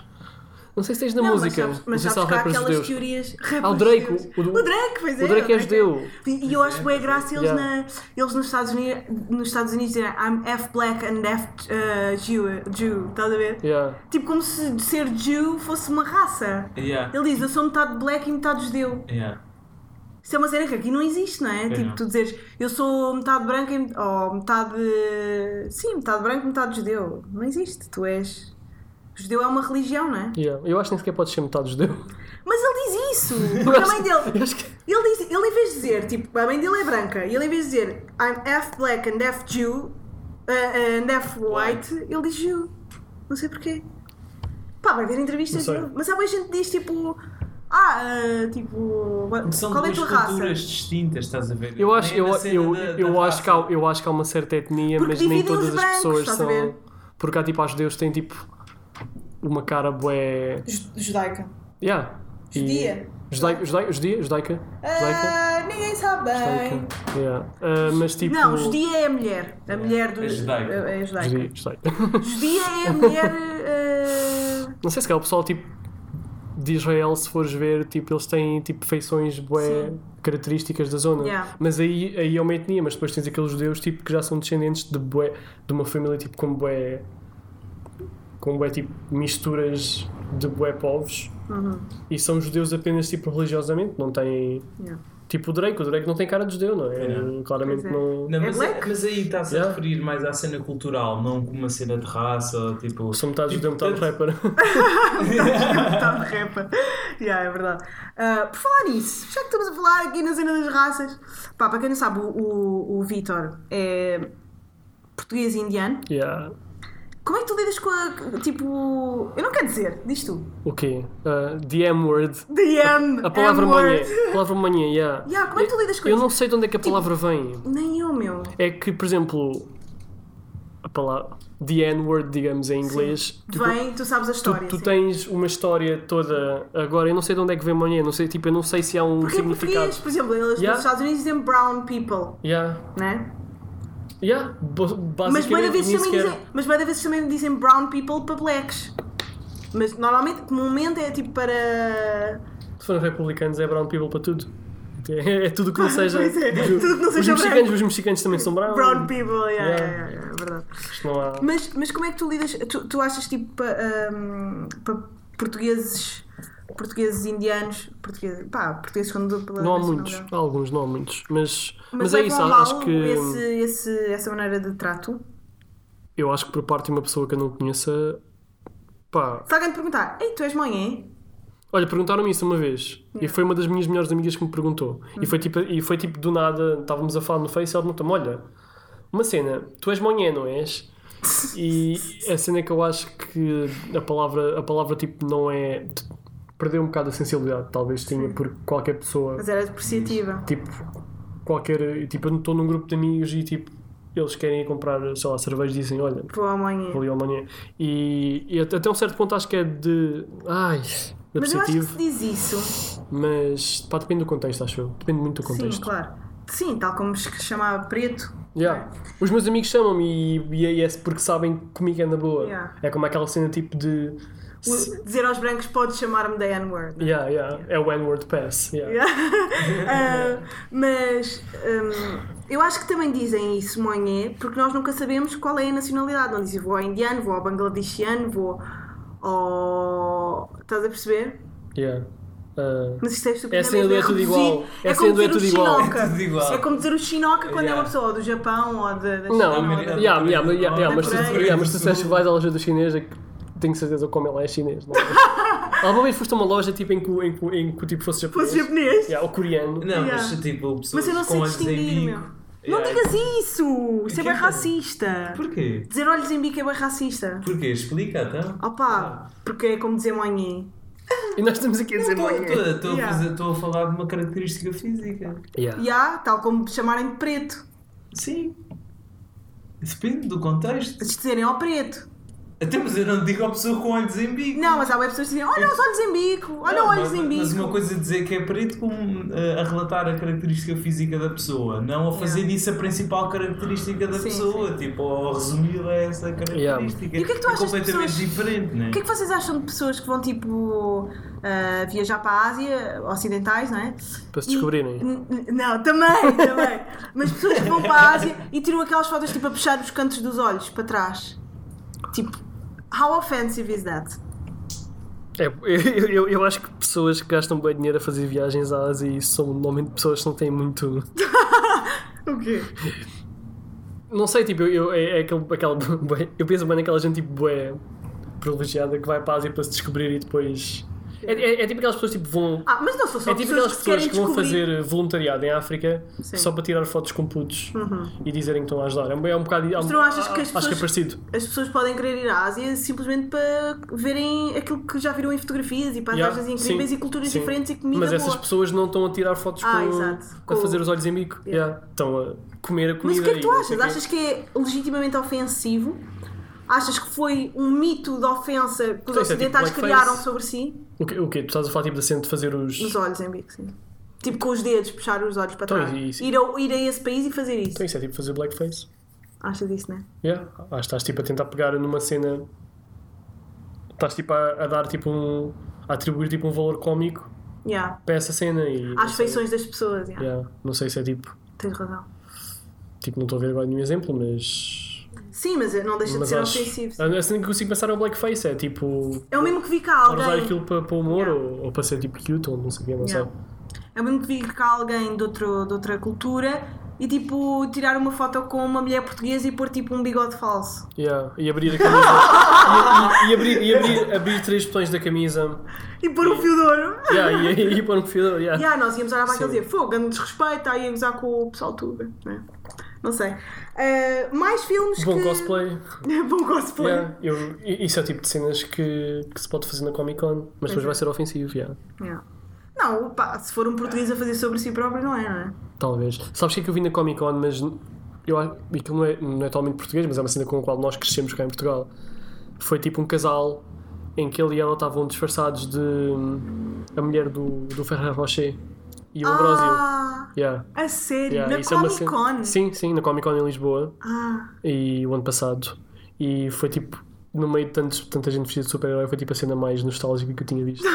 C: Não sei se tens na
B: Não, mas
C: música,
B: sabes,
C: não
B: mas
C: sei se há
B: sabes que há
C: rappers
B: aquelas
C: judeus.
B: teorias.
C: Ah, o
B: rappers
C: Drake,
B: judeus.
C: o- o-
B: o Drake, pois é.
C: O Drake é judeu.
B: E e eu acho bem graça eles,
C: é, Yeah.
B: na, eles nos, Estados Unidos, nos Estados Unidos dizerem I'm F black and F eh, Jew, Jew, estás a ver?
C: Yeah.
B: Tipo como se ser Jew fosse uma raça.
E: Yeah.
B: Ele diz, eu sou metade black e metade judeu.
E: Yeah.
B: Isso é uma cena que aqui não existe, não é? tipo,
E: não.
B: tu dizeres, eu sou metade branca e met- ou metade. Sim, metade branco e metade judeu. Não existe. Tu és. Judeu é uma religião, não é?
C: Yeah. Eu acho que nem sequer podes ser metade judeu. [LAUGHS]
B: Mas ele diz isso!
C: Eu
B: Porque a
C: acho-
B: mãe dele.
C: eu acho que-
B: Ele, diz, ele em vez de dizer, tipo, a mãe dele é branca, e ele em vez de dizer I'm half black and half Jew uh, and half white, ele diz Jew. Não sei porquê. Pá, vai ver entrevistas
C: Não sei.
B: dele. Mas há muita gente que diz tipo. Ah, uh, tipo. what-
E: São
B: qual é a
E: duas
B: tua
E: culturas
B: raça?
E: distintas, estás a ver?
C: Eu acho,
E: Nem é
C: eu,
E: na cena
C: eu,
E: da-
C: eu,
E: da
C: acho que há,
E: raça.
C: eu acho que há uma certa etnia,
B: Porque
C: mas nem
B: dividem
C: todas
B: os
C: as
B: brancos,
C: pessoas
B: estás a
C: são.
B: ver?
C: Porque há tipo, aos judeus têm tipo uma cara bué.
B: Ju- Judaica.
C: Yeah. E-
B: Judia.
C: Judaica, judaica, judia, judaica, judaica,
B: Ah, ninguém sabe bem.
C: judaica. Yeah. Ah, mas tipo.
B: Não, judia é a mulher. A mulher do.
E: é judaica.
B: É, é judaica.
C: Judia, judaica.
B: Judia é a mulher. eh,
C: [LAUGHS] Não sei se é o pessoal tipo de Israel, se fores ver, tipo, eles têm tipo feições bué características da zona.
B: Yeah.
C: Mas aí, aí é uma etnia, mas depois tens aqueles judeus tipo, que já são descendentes de bué, de uma família tipo com bué com bué tipo misturas de bué povos
B: Uhum.
C: e são judeus apenas tipo religiosamente, não têm
B: Yeah.
C: tipo o Drake, o Drake não tem cara de judeu, não é?
E: Yeah.
C: Claramente
B: Pois é.
C: não.
E: Não,
B: É
E: mas,
B: black?
E: mas aí está-se
C: Yeah.
E: a referir mais à cena cultural, não como uma cena de raça, ou tipo.
C: São metade
E: tipo,
C: judeu, metade
E: tanto-
C: rapper. [LAUGHS]
B: [LAUGHS] Tá de repa. Yeah, é verdade. Ah, por falar nisso, já que estamos a falar aqui na cena das raças, pá, para quem não sabe, o, o, o Vitor é português e indiano.
C: Yeah.
B: Como é que tu lidas com a. Tipo. Eu não quero dizer, diz tu.
C: O quê? Ah, the M-word.
B: The M.
C: A palavra manhã.
B: M-word.
C: A palavra manhã, yeah.
B: Yeah, como é que tu lidas com
C: Eu
B: isso? Tipo
C: não sei de onde é que a palavra vem.
B: Nem eu, meu.
C: É que, por exemplo, a palavra. The N-word, digamos, em inglês. tipo, Tu,
B: Vem, tu sabes a
C: tu-
B: história.
C: tu
B: sim.
C: tens uma história toda. Agora, eu não sei de onde é que vem manhã. Não sei, tipo, eu não sei se há um
B: Porque em
C: significado.
B: português, por exemplo, eles
C: Yeah.
B: nos Estados Unidos dizem brown people,
C: Yeah.
B: né?
C: Yeah. Bo-
B: Mas
C: Basicamente,
B: bué da vezes
C: nem
B: também
C: sequer.
B: dizem, mas bué da vezes também dizem brown people para blacks. Mas normalmente, comumente é tipo para.
C: Se forem republicanos, é brown people para tudo. É, é tudo que não
B: [LAUGHS]
C: seja.
B: Pois é,
C: Os-
B: tudo que não
C: os
B: seja
C: mexicanos,
B: branco.
C: os mexicanos também são brown.
B: brown people, yeah,
C: Yeah.
B: yeah, yeah, yeah, é verdade.
C: Isto não há.
B: Mas, mas como é que tu lidas? Tu, tu achas tipo para, hum, para portugueses, portugueses indianos, portugueses, pá, portugueses quando dou pela
C: Não há
B: nacionalidade?
C: muitos, há alguns, não há muitos. Mas, mas,
B: Mas,
C: é
B: levam
C: isso,
B: a mal
C: acho que.
B: Esse, esse, essa maneira de trato.
C: Eu acho que por parte de uma pessoa que eu não conheça. Pá.
B: Se alguém te perguntar, ei, tu és mãe, é?"
C: Olha, perguntaram-me isso uma vez. E foi uma das minhas melhores amigas que me perguntou. E, foi tipo, e foi tipo do nada, estávamos a falar no Face e ela perguntou-me: Olha, uma cena, tu és manhã, não és? E a cena é que eu acho que a palavra, a palavra tipo não é. Perdeu um bocado a sensibilidade, talvez tenha, porque qualquer pessoa.
B: Mas é- era depreciativa.
C: Tipo, qualquer. Tipo, eu estou num grupo de amigos e tipo, eles querem ir comprar, sei lá, cerveja e dizem: Olha,
B: Pô, amanhã.
C: ali Alemanha. E, e até até um certo ponto acho que é de. Ai, é
B: Mas eu acho que se
C: positivo.
B: diz isso.
C: Mas pá, depende do contexto, acho eu. Depende muito do
B: Sim,
C: contexto.
B: claro. Sim, tal como se chamava preto.
C: Yeah. Os meus amigos chamam-me e, e é esse porque sabem que comigo é na boa.
B: Yeah.
C: É como aquela cena tipo de. se-
B: O- Dizer aos brancos, podes chamar-me da N-word.
C: Yeah, yeah. É o N-word pass. Yeah.
B: [LAUGHS] Ah, mas hum, eu acho que também dizem isso, monhé, porque nós nunca sabemos qual é a nacionalidade. Não dizem vou ao indiano, vou ao bangladeshiano, vou ao. Estás a perceber?
C: Yeah. Ah,
B: Mas isto é super
C: É sendo é tudo igual. É
B: como
C: sendo é
B: dizer o
C: tudo igual.
B: chinoca.
E: É tudo igual.
B: É como dizer o chinoca quando é uma
E: Yeah.
B: pessoa ou do Japão ou de, da
C: Não,
E: Não,
C: yeah,
E: mas-
C: yeah, yeah, yeah, yeah, mas tu-
B: Coreia do
C: yeah, mas tu
E: Sul.
C: sabes que vais à loja do chinês é que tenho certeza como ela é chinês. Não
B: [LAUGHS]
C: é? Alguma vez foste a uma loja tipo, em, que, o- em, que o- em que o tipo fosse japonês?
B: Fosse japonês.
C: Yeah, ou coreano.
E: Não,
B: Yeah.
E: mas tipo, pessoas
B: Mas eu não sei
E: com olhos em
B: distinguir, meu.
E: bico.
B: Não
E: Yeah.
B: digas isso! Isso é
E: Quem
B: bem
E: diz?
B: racista.
E: Porquê?
B: Dizer olhos em bico é bem racista.
E: Porquê? Explica então.
B: Ah, Opa, porque é como dizer manhã.
C: E nós estamos aqui a dizer
E: Estou-
C: mãe.
E: estou- Estou a
B: é Yeah.
E: fazer- estou a falar de uma característica física.
C: Yeah.
B: E há, tal como chamarem de preto.
E: Sim. Depende do contexto.
B: Eles dizerem ao preto.
E: Até mas eu não digo à pessoa com olhos em bico.
B: Não, mas há web pessoas que dizem: olha os olhos em bico, olha
E: Não,
B: os olhos
E: mas,
B: em bico.
E: Mas uma coisa é dizer que é preto como eh, a relatar a característica física da pessoa, não a fazer
B: Yeah.
E: disso a principal característica da
B: Sim,
E: pessoa, tipo, ou resumir a essa característica.
B: E o que é que tu achas de
E: completamente
B: pessoas-
E: diferente, né?
B: O que é que vocês acham de pessoas que vão tipo ah, viajar para a Ásia, ocidentais, não é?
C: Para se
B: E-
C: descobrirem.
B: N- n- Não, também, [LAUGHS] também. Mas pessoas que vão para a Ásia e tiram aquelas fotos tipo a puxar os cantos dos olhos para trás. Tipo, how offensive is that?
C: É, eu, eu, eu acho que pessoas que gastam bem dinheiro a fazer viagens à Ásia e são normalmente pessoas que não têm muito.
B: O quê?
C: Não sei, tipo, eu, eu- é, é aquele, aquela. [LAUGHS] bué- Eu penso bem naquela gente tipo bué privilegiada que vai para a Ásia para se descobrir e depois. É, é- é tipo aquelas pessoas tipo vão.
B: Ah, mas não são só
C: É tipo
B: pessoas
C: aquelas
B: que se querem
C: pessoas que vão
B: descobrir.
C: fazer voluntariado em África
B: Sim. Uhum.
C: só para tirar fotos com putos e dizerem que estão a ajudar. É um, é um bocado.
B: Mas tu não achas que as
C: Acho que
B: pessoas-
C: é parecido.
B: As pessoas podem querer ir à Ásia simplesmente para verem aquilo que já viram em fotografias e paisagens
C: Yeah,
B: incríveis
C: sim,
B: e culturas
C: sim.
B: diferentes e comida
C: Mas
B: boa.
C: essas pessoas não estão a tirar fotos
B: Ah,
C: com,
B: exato.
C: a
B: Com-
C: fazer os olhos em bico.
B: Yeah.
C: Yeah. Estão a comer a comida.
B: Mas o que é que
C: e
B: tu
C: não sei
B: achas?
C: o quê.
B: Achas que é legitimamente ofensivo? Achas que foi um mito de ofensa que os
C: Sim, isso é tipo
B: ocidentais
C: blackface.
B: criaram sobre si?
C: O que, o que? Tu estás a falar tipo, da cena de fazer os.
B: Nos olhos em bico, sim. Tipo com os dedos, puxar os olhos para
C: Então,
B: trás.
C: e- e-
B: Ir, a, ir a esse país e fazer isso.
C: Então isso é tipo fazer blackface.
B: Achas isso, né?
C: Yeah. Acho que estás tipo a tentar pegar numa cena. Estás tipo a, a dar tipo um. a atribuir tipo um valor cómico
B: Yeah.
C: para essa cena e. não
B: Às
C: sei.
B: feições das pessoas, yeah.
C: Yeah. Não sei se é tipo.
B: Tens razão.
C: Tipo, não estou a ver agora nenhum exemplo, mas.
B: Sim, mas não deixa
C: mas
B: de ser
C: acho.
B: ofensivo.
C: A a cena que consigo pensar é o blackface, é tipo.
B: É o mesmo que vi cá
C: Para usar
B: alguém.
C: aquilo para, para o humor
B: Yeah.
C: ou, ou para ser tipo cute ou não sei o quê, não
B: Yeah.
C: sei.
B: É o mesmo que vi cá alguém de, outro, de outra cultura e tipo tirar uma foto com uma mulher portuguesa e pôr tipo um bigode falso.
C: Yeah. E abrir a camisa. e, e- e abrir, e abrir, abrir três botões da camisa.
B: E pôr um fio de ouro. [LAUGHS]
C: Yeah, e, e, e pôr um perfil. Yeah.
B: E ah, nós íamos olhar para aquilo e
C: Sim.
B: dizer, fogo, grande desrespeito, aí íamos usar com o pessoal tudo, né? Não sei. Ah, mais filmes
C: Bom
B: que...
C: cosplay.
B: [LAUGHS] Bom cosplay.
C: Yeah, eu- i- isso é o tipo de cenas que, que se pode fazer na Comic Con, mas
B: é.
C: depois vai ser ofensivo, yeah.
B: Yeah. Não, pá, se for um português a fazer sobre si próprio, não é, não é?
C: talvez. Sabes o que é que eu vi na Comic Con, mas eu acho aquilo não é, não é totalmente português, mas é uma cena com a qual nós crescemos cá em Portugal. Foi tipo um casal em que ele e ela estavam disfarçados de hum, a mulher do, do Ferrer Rocher e o Ambrosio.
B: Ah,
C: Yeah,
B: a sério,
C: yeah,
B: na
C: isso é uma
B: Comic
C: cena-
B: Con.
C: Sim, sim, na Comic Con em Lisboa.
B: Ah,
C: e o ano passado e foi tipo no meio de tantos, tanta gente vestida de super-herói foi tipo a cena mais nostálgica que eu
B: [LAUGHS]
C: tinha visto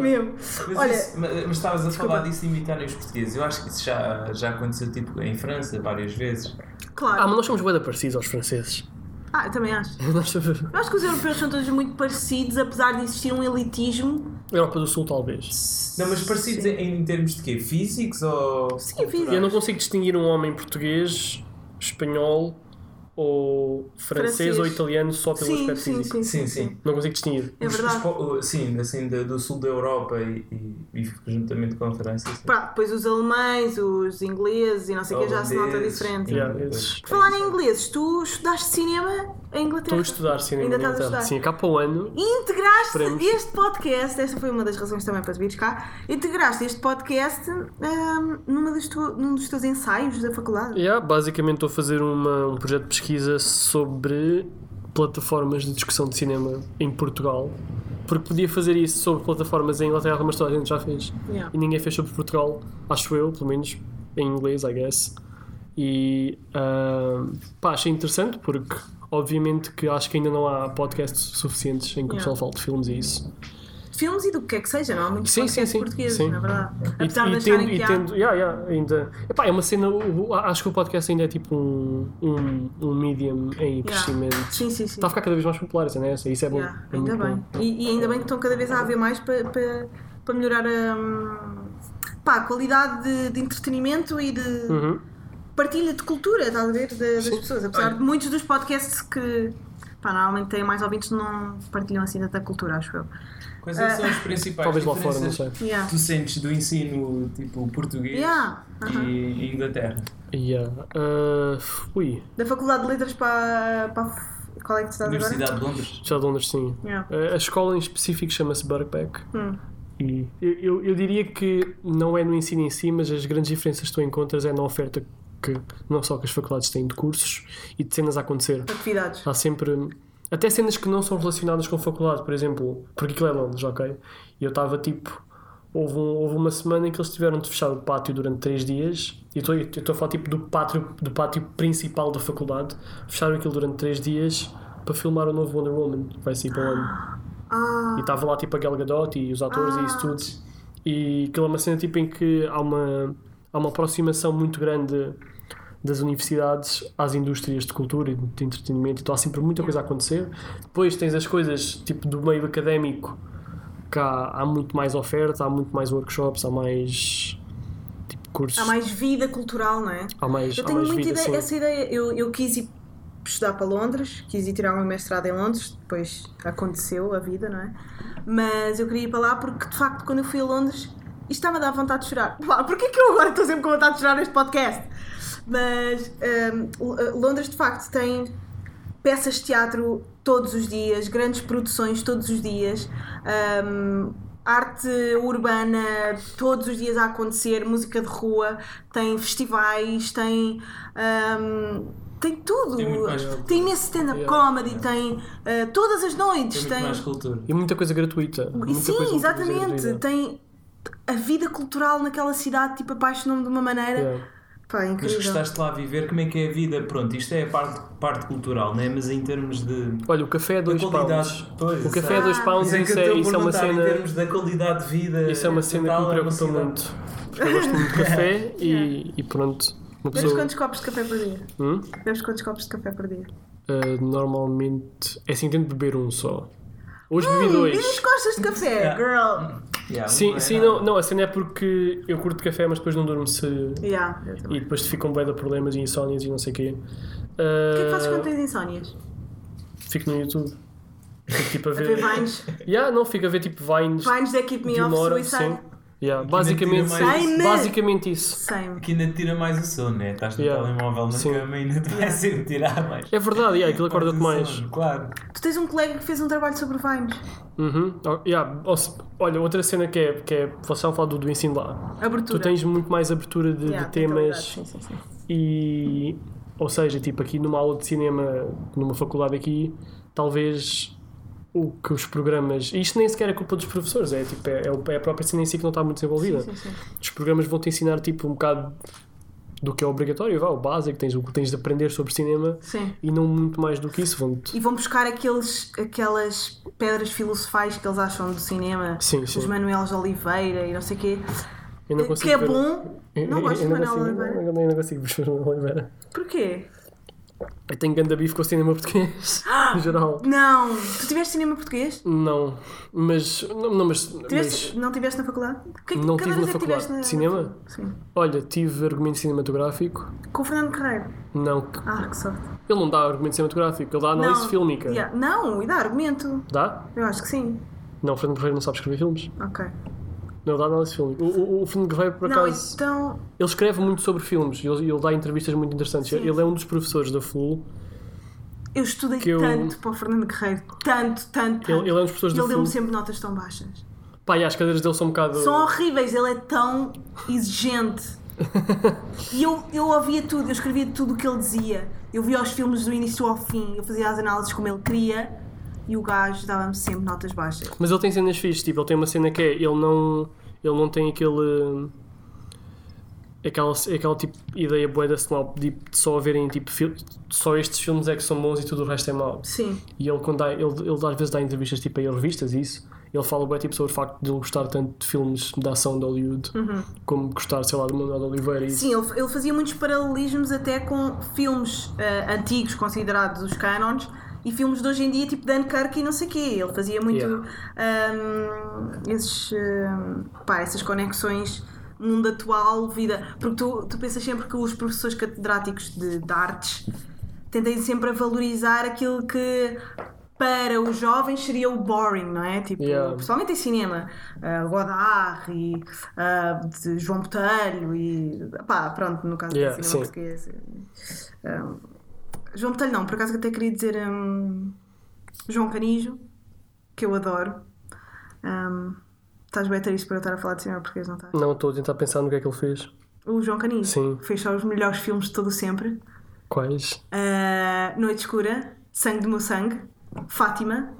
B: mesmo.
E: Mas,
B: Olha,
E: isso- mas- mas estavas a falar disso de imitarem os portugueses. Eu acho que isso já, já aconteceu tipo, em França várias vezes.
C: ah,
B: claro.
C: mas nós somos bué parecidos aos franceses [LAUGHS]
B: Ah, eu também acho.
C: Nós somos-
B: Eu acho que os europeus são todos muito parecidos, apesar de existir um elitismo.
C: Europa do Sul talvez
E: Não, mas parecidos em, em termos de quê? Físicos ou.
B: Sim,
C: eu
B: físicos.
C: não consigo distinguir um homem português espanhol ou francês,
B: Francês.
C: ou italiano só pelo
B: Sim,
C: um aspecto
B: sim,
C: físico
B: sim,
E: Sim, sim.
C: não consigo distinguir
B: É
E: Os- os
B: verdade.
E: po- o- sim, assim, do, do sul da Europa e, e, e juntamente com a França. sim.
B: Pá, depois os alemães, os ingleses e não sei o que já se nota
C: é
E: Holandeses.
B: diferente.
C: Yeah, esses.
B: Por falar em ingleses, tu estudaste cinema em
C: estou
B: Inglaterra.
C: a estudar cinema
B: Ainda
C: na
B: estás a estudar.
C: Inglaterra sim, acaba o ano
B: E Integraste
C: Esperemos.
B: este podcast, esta foi uma das razões também para te vires cá, integraste este podcast hum, numa dos tu- num dos teus ensaios da faculdade.
C: Yeah, basicamente estou a fazer uma- um projeto de pesquisa sobre plataformas de discussão de cinema em Portugal. Porque podia fazer isso sobre plataformas em Inglaterra, mas toda a gente já fez.
B: Yeah.
C: E ninguém fez sobre Portugal, acho eu, pelo menos em inglês, I guess. E ah, pá, achei interessante porque, obviamente, que acho que ainda não há podcasts suficientes em que o
B: Yeah.
C: pessoal fala de filmes e isso.
B: De filmes e do que é que seja, não há muitos
C: Sim,
B: podcasts
C: sim, sim.
B: portugueses,
C: Sim.
B: na verdade.
C: E,
B: Apesar de acharem
C: e tendo, e
B: que há.
C: tendo, yeah, yeah, ainda. Epá, é uma cena. o- o- Acho que o podcast ainda é tipo um, um, um medium em crescimento.
B: Sim, sim, sim.
C: Está a ficar cada vez mais popular, essa, né? Essa- Isso é bom.
B: Yeah,
C: É
B: ainda
C: muito
B: bem.
C: bom.
B: E, e ainda bem que estão cada vez a haver mais para, para, para melhorar a, hum, pá, a qualidade de, de entretenimento e de
C: Uhum.
B: partilha de cultura, estás a ver, de- das pessoas. Apesar de muitos dos podcasts que Pá, normalmente têm mais ouvintes que não partilham assim tanta cultura, acho eu.
E: Quais é que são as principais
C: Talvez lá fora, não
E: diferenças
C: sei.
B: Yeah.
E: que tu sentes do ensino tipo português
B: Yeah. uh-huh.
E: e
B: aham.
E: e Inglaterra?
C: Yeah. Ah, ui,
B: Da Faculdade de Letras para. para a f- qual é que tu estás agora?
E: Universidade de Londres?
C: já de Londres, sim. Uh,
B: Yeah.
C: A escola em específico chama-se Birkbeck.
B: Hum.
C: E eu, eu, eu diria que não é no ensino em si, mas as grandes diferenças que tu encontras é na oferta que não só que as faculdades têm de cursos e de cenas a acontecer.
B: Atividades.
C: Há sempre. Até cenas que não são relacionadas com faculdade, por exemplo, porque aquilo é Londres, ok? E eu estava tipo. Houve, um- houve uma semana em que eles tiveram de fechar o pátio durante três dias. E eu estou- eu estou a falar tipo do pátio, do pátio principal da faculdade. Fecharam aquilo durante três dias para filmar o novo Wonder Woman, que vai sair para o ano.
B: Ah,
C: E estava lá tipo a Gal Gadot e os atores e isso tudo. E aquilo é uma cena tipo em que há uma, há uma aproximação muito grande das universidades às indústrias de cultura e de entretenimento. Então há sempre muita coisa a acontecer. Depois tens as coisas tipo do meio académico, que há, há muito mais oferta, há muito mais workshops, há mais tipo cursos.
B: há mais vida cultural, não é?
C: Há mais,
B: Eu
C: há
B: tenho
C: mais
B: muito
C: vida,
B: ideia,
C: sim.
B: essa ideia. Eu, eu quis ir estudar para Londres, quis ir tirar uma mestrado em Londres, depois aconteceu a vida, não é? Mas eu queria ir para lá porque, de facto, quando eu fui a Londres, isto está-me a dar vontade de chorar. Pá, Porquê que eu agora estou sempre com vontade de chorar neste podcast? Mas hum, L- Londres, de facto, tem peças de teatro todos os dias, grandes produções todos os dias, hum, arte urbana todos os dias a acontecer, música de rua, tem festivais, tem. hum, tem tudo.
E: Tem muito mais-
B: Tem imenso stand-up
C: Yeah.
B: comedy, tem eh, todas as
E: Tem
B: noites,
E: muito
B: tem.
E: mais cultura.
C: E muita coisa gratuita. muita
B: Sim,
C: coisa
B: exatamente.
C: gratuita.
B: Tem a vida cultural naquela cidade, tipo, apaixonou-me de uma maneira.
C: Yeah.
B: Pá,
E: Mas
B: incrível.
E: gostaste lá a viver, como é que é a vida? Pronto, isto é a parte, parte cultural, né? mas em termos de
C: Olha, o café é
E: da
C: 2
E: qualidade.
C: pounds.
E: Pois,
C: O café é
E: exato.
C: 2 pounds,
E: Isso é, que
C: isso
E: eu
C: é,
E: estou a
C: isso é uma
E: perguntar
C: cena.
E: em termos da qualidade de vida.
C: Isso é uma cena que me preocupa
E: preocupa
C: muito. Porque eu gosto muito de
B: [LAUGHS]
C: café e, e pronto. Uma
B: Bebes
C: pessoa.
B: É. quantos copos de café por dia?
C: Hum?
B: Bebes quantos copos de café por dia?
C: Ah, normalmente. É assim, tento beber um só. Hoje bebi
B: Hum, dizes
C: dois.
B: que gostas de café,
E: Yeah. é
B: girl.
C: Sim, sim, não, não, a cena é porque eu curto café, mas depois não durmo se.
B: Yeah, eu também.
C: E depois te fico com bué de problemas e insónias e não sei o quê.
B: O que é que
C: eh,
B: fazes quando tens insónias?
C: Fico no YouTube. Fico tipo a
B: A ver
C: ver.
B: vines?
C: Yeah, não, fico a ver tipo vines
B: Vines da Keep Me
C: de
B: Off
C: uma hora. Sim.
B: Suicide?
C: Yeah,
E: mentira
C: basicamente,
E: mais-
C: sim.
B: Same.
C: basicamente isso.
B: Same.
E: Que ainda te tira mais o sono, né? Estás no
C: Yeah.
E: telemóvel na
C: Sim.
E: cama e ainda te vai ser tirar mais.
C: É verdade, yeah, aquilo acorda-te assim, mais.
E: o sono, Claro.
B: Tu tens um colega que fez um trabalho sobre vines.
C: Uhum. Oh, yeah. Ou se- Olha, outra cena que é, que é vocês estavam a falar do, do ensino lá. Tu
B: Abertura.
C: tens muito mais abertura de, de
B: Yeah, tem qualidade,
C: temas
B: Sim, sim, sim.
C: e. Ou seja, tipo aqui numa aula de cinema, numa faculdade aqui, talvez o que os programas. e Isto nem sequer é culpa dos professores, é, tipo, é, é o- é a própria cena em si que não está muito desenvolvida.
B: Sim, sim.
C: Os programas vão te ensinar tipo um bocado do que é obrigatório, vá, o básico, tens, o que tens de aprender sobre cinema
B: Sim.
C: e não muito mais do que isso. Vão-te.
B: E vão buscar aqueles, aquelas pedras filosofais que eles acham do cinema.
C: Sim,
B: Os
C: sim.
B: Manuel de Oliveira e não sei o quê.
C: Eu não
B: que é
C: consigo ver-
B: bom.
C: Eu-
B: Não
C: eu-
B: gosto de
C: eu não
B: Manuel de
C: consigo-
B: Oliveira.
C: Eu não- eu não consigo ver Manuel de Oliveira.
B: Porquê?
C: Eu tenho ganda bife com o
B: [GASPS]
C: cinema português, em geral.
B: Não! Tu tiveste cinema português?
C: Não, mas. Não, não, mas,
B: Tiveste-
C: mas
B: não tiveste na faculdade? Que,
C: Não
B: que
C: tive
B: cadeiras
C: na
B: é que tiveste
C: faculdade. Cinema?
B: Sim.
C: olha, tive argumento cinematográfico.
B: Com o Fernando Carreiro.
C: Não, que-
B: Ah, que sorte.
C: ele não dá argumento cinematográfico, ele dá análise
B: Não,
C: fílmica.
B: yeah. Não, e dá argumento.
C: Dá?
B: Eu acho que sim.
C: Não, o Fernando Guerreiro não sabe escrever filmes.
B: Ok.
C: Não, ele dá análise fílmica. O, o, o Fernando Guerreiro, por
B: não,
C: acaso,
B: então.
C: ele escreve muito sobre filmes e ele, ele dá entrevistas muito interessantes. Ele é um dos professores da FLU.
B: Eu estudei
C: Que eu-
B: tanto para o Fernando Guerreiro, tanto, tanto, tanto.
C: Ele, ele é um dos professores
B: E
C: da
B: ele deu-me
C: FLU.
B: sempre notas tão baixas.
C: Pá, e as cadeiras dele são um bocado.
B: São horríveis, ele é tão exigente. e eu, eu ouvia tudo, eu escrevia tudo o que ele dizia. Eu via os filmes do início ao fim, eu fazia as análises como ele queria e o gajo dava-me sempre notas baixas.
C: Mas ele tem cenas fixas, tipo, ele tem uma cena que é, ele não, ele não tem aquele aquela, aquela tipo ideia bué da snob de, de só haverem tipo fil- só estes filmes é que são bons e tudo o resto é mau.
B: Sim.
C: E ele quando dá, ele, ele às vezes dá entrevistas tipo a revistas e isso, ele fala bué tipo sobre o facto de ele gostar tanto de filmes de ação de Hollywood, como gostar, sei lá, do Manuel de Oliveira e isso.
B: Uhum. Sim, ele, ele fazia muitos paralelismos até com filmes eh, antigos considerados os canons e filmes de hoje em dia, tipo Dunkirk e não sei o quê. Ele fazia muito
C: Yeah.
B: ahm, esses, ahm, pá, essas conexões mundo atual, vida. Porque tu, tu pensas sempre que os professores catedráticos de, de artes tentem sempre a valorizar aquilo que para os jovens seria o boring, não é? Tipo,
C: Yeah.
B: principalmente em cinema. Uh, Godard e ah, de João Botelho e. pá, pronto, no caso
C: Yeah,
B: do cinema
C: sim.
B: português. Ah, João Botelho não, por acaso até queria dizer hum, João Canijo, que eu adoro. Hum, estás bem triste para eu estar a falar de cinema português, não estás?
C: Não, estou a tentar pensar no que é que ele fez.
B: O João Canijo
C: Hum. Sim.
B: fez só os melhores filmes de todo o sempre.
C: Quais?
B: Uh, Noite Escura, Sangue do Meu Sangue, Fátima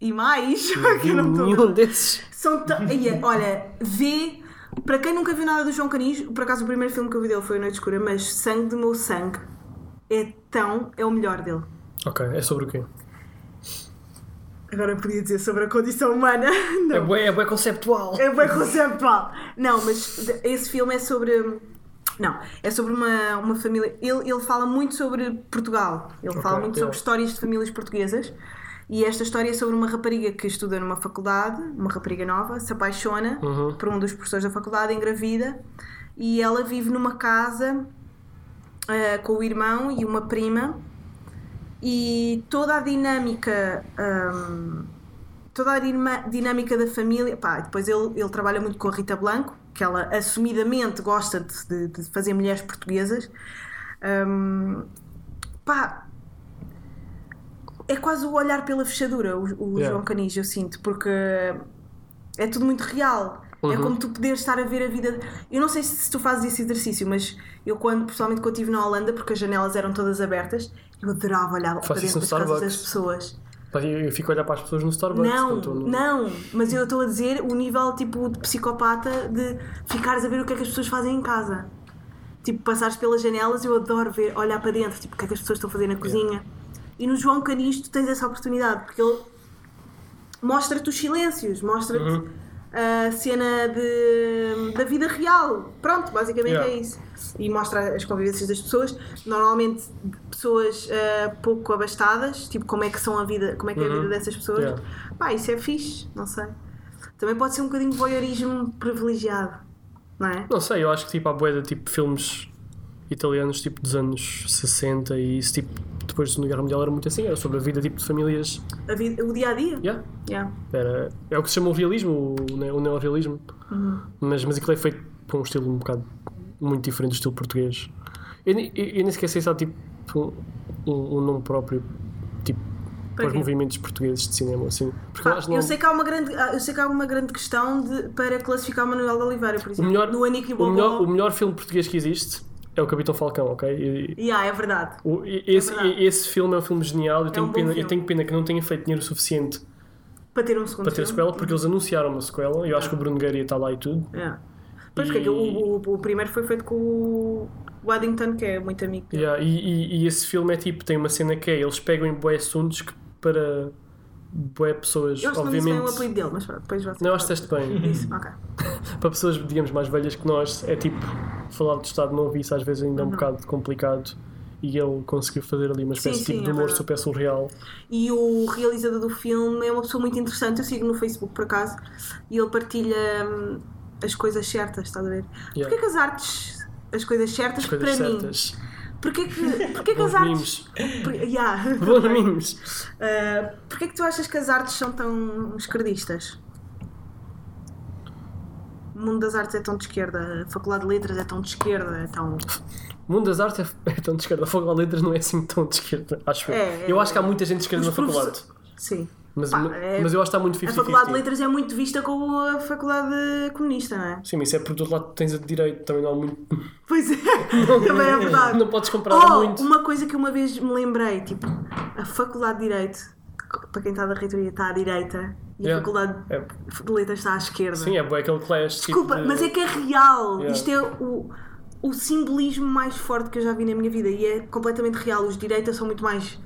B: e mais. [LAUGHS] que [LAUGHS] eu não tô-
C: Nenhum desses.
B: São tão- Ia, Olha, vê. Para quem nunca viu nada do João Canijo, por acaso o primeiro filme que eu vi dele foi Noite Escura, mas Sangue do Meu Sangue é tão. é o melhor dele.
C: Ok, é sobre o quê?
B: Então. Agora eu podia dizer sobre a condição humana. [LAUGHS] Não.
C: É bué, é bué conceptual.
B: É bem conceptual. Não, mas de- esse filme é sobre. Não, é sobre uma, uma família. Ele, ele fala muito sobre Portugal. Ele
C: Ok,
B: fala muito
C: yeah.
B: sobre histórias de famílias portuguesas. E esta história é sobre uma rapariga que estuda numa faculdade, uma rapariga nova, se apaixona
C: Uhum.
B: por um dos professores da faculdade, engravida. E ela vive numa casa ah, com o irmão e uma prima. E toda a dinâmica. hum, ahm, toda a dinma- dinâmica da família. Pá, depois ele, ele trabalha muito com a Rita Blanco, que ela assumidamente gosta de, de- de fazer mulheres portuguesas. Hum, pá, é quase o olhar pela fechadura, o, o
C: Yeah.
B: João Canijo, eu sinto, porque é tudo muito real. É
C: Uhum.
B: como tu poderes estar a ver a vida. Eu não sei se, se tu fazes esse exercício, mas eu, quando, pessoalmente, quando estive na Holanda, porque as janelas eram todas abertas, eu adorava olhar para
C: Faço
B: dentro
C: isso
B: das
C: no
B: casas das
C: Starbucks.
B: pessoas.
C: Pá, Eu eu fico a olhar para as pessoas no Starbucks.
B: Não,
C: quando estou no-
B: não, mas eu estou a dizer o nível tipo de psicopata de ficares a ver o que é que as pessoas fazem em casa. Tipo, passares pelas janelas, eu adoro ver, olhar para dentro, tipo, o que é que as pessoas estão a fazer na cozinha. E no João Canis tu tens essa oportunidade, porque ele mostra-te os silêncios, mostra-te
C: Uhum.
B: a cena de, da vida real. Pronto, basicamente
C: Yeah.
B: é isso. E mostra as convivências das pessoas, normalmente de pessoas ah, pouco abastadas, tipo como é que são a vida, como é que é a vida
C: Uhum.
B: dessas pessoas.
C: Yeah.
B: Pá, isso é fixe, não sei. Também pode ser um bocadinho de voyeurismo privilegiado, não é?
C: Não sei, eu acho que tipo, há bué de tipo, filmes italianos tipo dos anos 60 e isso tipo, depois da Segunda Guerra Mundial era muito assim, era sobre a vida tipo, de famílias.
B: A vida- o dia a dia.
C: Yeah,
B: Yeah.
C: era, é o que se chama o realismo, o, ne- o neorrealismo.
B: Uhum.
C: Mas, mas aquilo é feito por um estilo um bocado muito diferente do estilo português. Eu, nem- eu, eu nem sequer sei se há tipo, um, um nome próprio tipo,
B: Para
C: para os
B: quê?
C: movimentos portugueses de cinema. Assim, porque
B: Pá,
C: nós não-
B: é. eu, sei que há uma grande, ah, eu sei que há uma grande questão de- para classificar o Manuel de Oliveira, por
C: o,
B: exemplo.
C: melhor,
B: no Anique e
C: o, melhor, o melhor filme português que existe é o Capitão Falcão, ok? E-
B: Yeah, é verdade.
C: O- e- esse,
B: verdade.
C: e- esse filme é um filme genial. Eu tenho,
B: Ah. um bom
C: pena, eu
B: filme.
C: tenho pena que não tenha feito dinheiro suficiente
B: Para ter um segundo
C: para ter a
B: filme.
C: sequela, porque eles anunciaram uma sequela. Eu acho que o Bruno Garia está lá e tudo.
B: Yeah. Pois porque é que o, o- o primeiro foi feito com o Waddington, que é muito amigo. dele.
C: Yeah, e, e- e esse filme é tipo: tem uma cena que é eles pegam em bué assuntos que para bué pessoas,
B: Eu acho que não disse bem o
C: obviamente.
B: apelido dele, mas pronto, depois vai ser.
C: Não, acho que
B: [LAUGHS]
C: disseste bem.
B: Disse, ok.
C: para pessoas, digamos, mais velhas que nós, é tipo falar do Estado Novo e isso às vezes ainda é um bocado complicado. E ele conseguiu fazer ali uma espécie
B: Uhum. sim,
C: tipo, de
B: é
C: humor
B: verdade.
C: super surreal.
B: E o realizador do filme é uma pessoa muito interessante, eu sigo no Facebook por acaso, e ele partilha hum, as coisas certas, estás a ver? Porquê que as artes, as coisas certas,
C: As coisas
B: para mim,
C: certas.
B: porquê que, porquê que as
C: Bons
B: artes.
C: mimos.
B: Por, yeah.
C: [LAUGHS] Bons
B: [LAUGHS]
C: mimos.
B: Uh, porquê que tu achas que as artes são tão esquerdistas? O mundo das artes é tão de esquerda, a Faculdade de Letras é tão de esquerda, é tão.
C: O mundo das artes é, é tão de esquerda. A faculdade de letras não é assim tão de esquerda, acho eu.
B: É, é.
C: eu acho que há muita gente de esquerda
B: Os
C: na faculdade.
B: Sim.
C: Mas,
B: Pá,
C: ma-
B: é-
C: mas eu acho que está muito
B: A
C: 50
B: Faculdade de Letras é muito vista como a Faculdade Comunista, não é?
C: Sim, mas isso é por outro lado tens a de direito, também não há muito.
B: Pois é, [LAUGHS] também é verdade.
C: Não podes comprar
B: Oh,
C: muito.
B: uma coisa que uma vez me lembrei, tipo, a Faculdade de Direito, para quem está da reitoria, está à direita e
C: Yeah.
B: a Faculdade
C: É-
B: de Letras está à esquerda.
C: sim, é bué aquele clash.
B: Desculpa,
C: tipo de-
B: mas é que é real.
C: Yeah.
B: Isto é o, o simbolismo mais forte que eu já vi na minha vida e é completamente real. Os direitas são muito mais.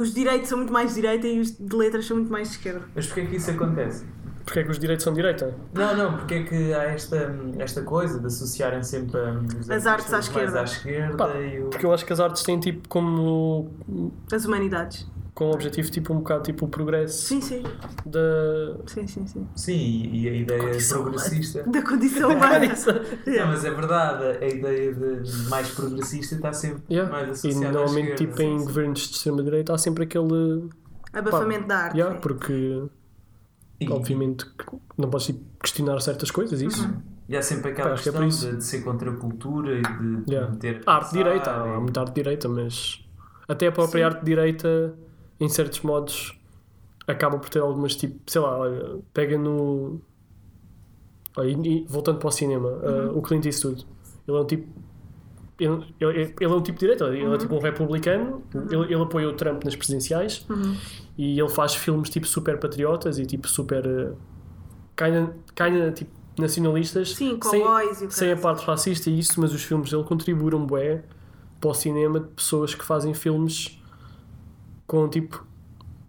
B: Os direitos são muito mais direita e os de letras são muito mais de esquerda.
E: Mas porquê que isso acontece?
C: Porque é que os direitos são de direita?
E: Não, não, porque é que há esta, esta coisa de associarem sempre hum, os
B: As artes à
E: artistas mais
B: esquerda.
E: à esquerda
C: Pá,
E: e o...
C: Porque eu acho que as artes têm tipo como.
B: As humanidades.
C: com um objetivo tipo um bocado tipo o progresso
B: Sim, sim,
C: da.
B: sim, sim, sim.
E: Sim, e e a ideia
B: é
E: progressista.
B: Da condição
C: [LAUGHS]
B: humana.
E: Não,
B: Yeah.
E: mas é verdade, a ideia de mais progressista está sempre mais
C: Yeah. E
E: associada à
C: normalmente
E: esquerda,
C: tipo, em
E: sim, sim.
C: governos de extrema-direita há sempre aquele.
B: Abafamento da arte.
C: Yeah,
B: sim.
C: porque
E: E-
C: obviamente que não podes tipo, questionar certas coisas, isso.
B: Uhum.
E: E há sempre aquela
C: Pá, acho que é
E: questão
C: por
E: de, de ser contra a cultura e de,
C: Yeah.
E: de ter.
C: A arte direita,
E: Ah,
C: há
E: e-
C: muita arte direita, mas até a própria arte direita, em certos modos, acaba por ter algumas tipo, sei lá, olha, pega no. olha, e- e voltando para o cinema, uh, o Clint Eastwood, ele é um tipo. Ele, ele- ele é um tipo de direita, ele
B: Uhum.
C: é tipo um republicano, ele, ele apoia o Trump nas presidenciais
B: Uhum.
C: e ele faz filmes tipo super patriotas e tipo super. uh, kinda, kinda tipo nacionalistas
B: Sim,
C: sem-
B: cowboys e o
C: sem a
B: caralho.
C: parte racista e isso, mas os filmes dele contribuíram bué para o cinema de pessoas que fazem filmes com tipo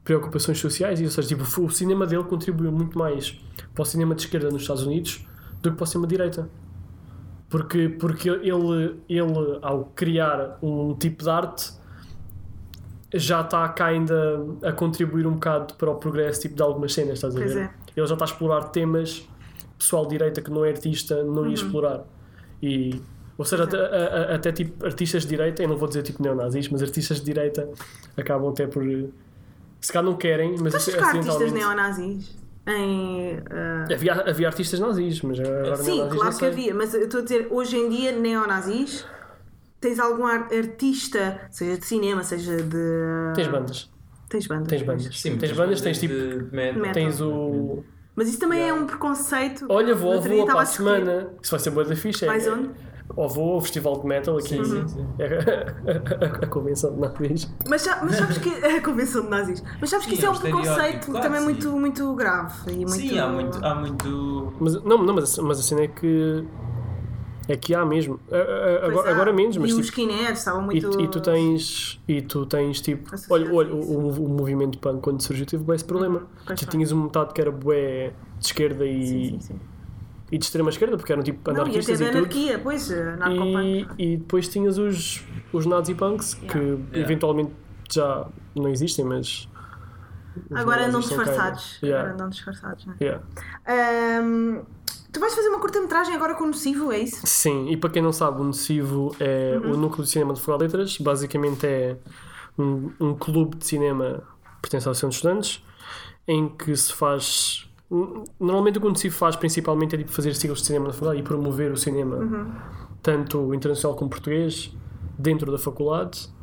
C: preocupações sociais, e, ou seja, tipo, o cinema dele contribuiu muito mais para o cinema de esquerda nos Estados Unidos do que para o cinema de direita. Porque, porque ele, ele, ao criar um tipo de arte, já está cá ainda a contribuir um bocado para o progresso tipo, de algumas cenas, estás a
B: Pois
C: ver?
B: é.
C: Ele já está a explorar temas pessoal de direita que não é artista não
B: Uhum.
C: ia explorar. E, ou seja, até, a- a- até, tipo artistas de direita, eu não vou dizer tipo neonazis, mas artistas de direita acabam até por. eh, Se calhar não querem, mas
B: Tu achas que há artistas
C: acidentalmente-
B: neonazis? Em, ah,
C: Havia, havia artistas nazis, mas agora
B: Sim,
C: neonazis não
B: claro que
C: sei.
B: havia, mas eu estou a dizer, hoje em dia, neonazis, tens algum ar- artista, seja de cinema, seja de.
C: Tens bandas.
B: Tens bandas.
C: Tens
B: pois.
C: bandas.
E: Sim,
C: tens bandas, tens
E: de-
C: tipo.
E: de metal.
B: Metal.
C: Tens o.
B: Mas isso também é um preconceito.
C: Olha,
B: No
C: vou,
B: outro
C: vou
B: dia
C: lá para
B: estava
C: a
B: discutir-
C: semana. Isso vai ser boa da ficha.
B: Vais
C: É-
B: onde?
C: Ou vou ao Festival de Metal aqui.
B: uhum.
C: Uhum.
E: sim, sim.
C: É [LAUGHS] a, a convenção de nazis.
B: Mas, sa- mas sabes que.
C: [LAUGHS]
B: É a convenção de nazis. Mas sabes que
E: Sim,
B: isso é
E: é
B: um
E: um
B: preconceito
E: estereótipo, claro,
B: também
E: sim.
B: muito, muito grave. E muito...
E: Sim, há muito. Há muito...
C: Mas, não, não mas, a- mas a cena é que. É que há mesmo. A- a- a-
B: Pois
C: agora,
B: há.
C: agora menos, mas
B: E os
C: tipo.
B: skinheads estavam
C: E,
B: muito.
C: tu- e tu tens. E tu tens tipo.
B: Associados
C: Olha, olha
B: a
C: o,
B: isso. Ah,
C: o- o movimento punk quando surgiu teve bem esse problema.
B: pois foi.
C: Tipo, tinhas uma metade que era bué de esquerda e,
B: Sim, sim, sim.
C: e de extrema esquerda, porque eram tipo
B: Não, e até
C: anarquistas
B: da
C: e tudo.
B: anarquia, pois, eh, anarcopunk.
C: E, e depois tinhas os, os nazi-punks, que
E: Yeah.
C: eventualmente já não existem, mas. os
B: Agora
C: nazis
B: andam
C: são cá,
B: disfarçados.
C: né? Yeah.
B: Agora andam disfarçados, não é?
C: Yeah.
B: Ahm, tu vais fazer uma curta-metragem agora com o Nocivo, é isso?
C: Sim, e para quem não sabe, o Nocivo é o núcleo de cinema de Fogal Letras. Basicamente é um, um clube de cinema que pertence à Associação de Estudantes, em que se faz. Normalmente o que o Nocivo faz principalmente é tipo, fazer ciclos de cinema na faculdade e promover o cinema, tanto internacional como português, dentro da faculdade.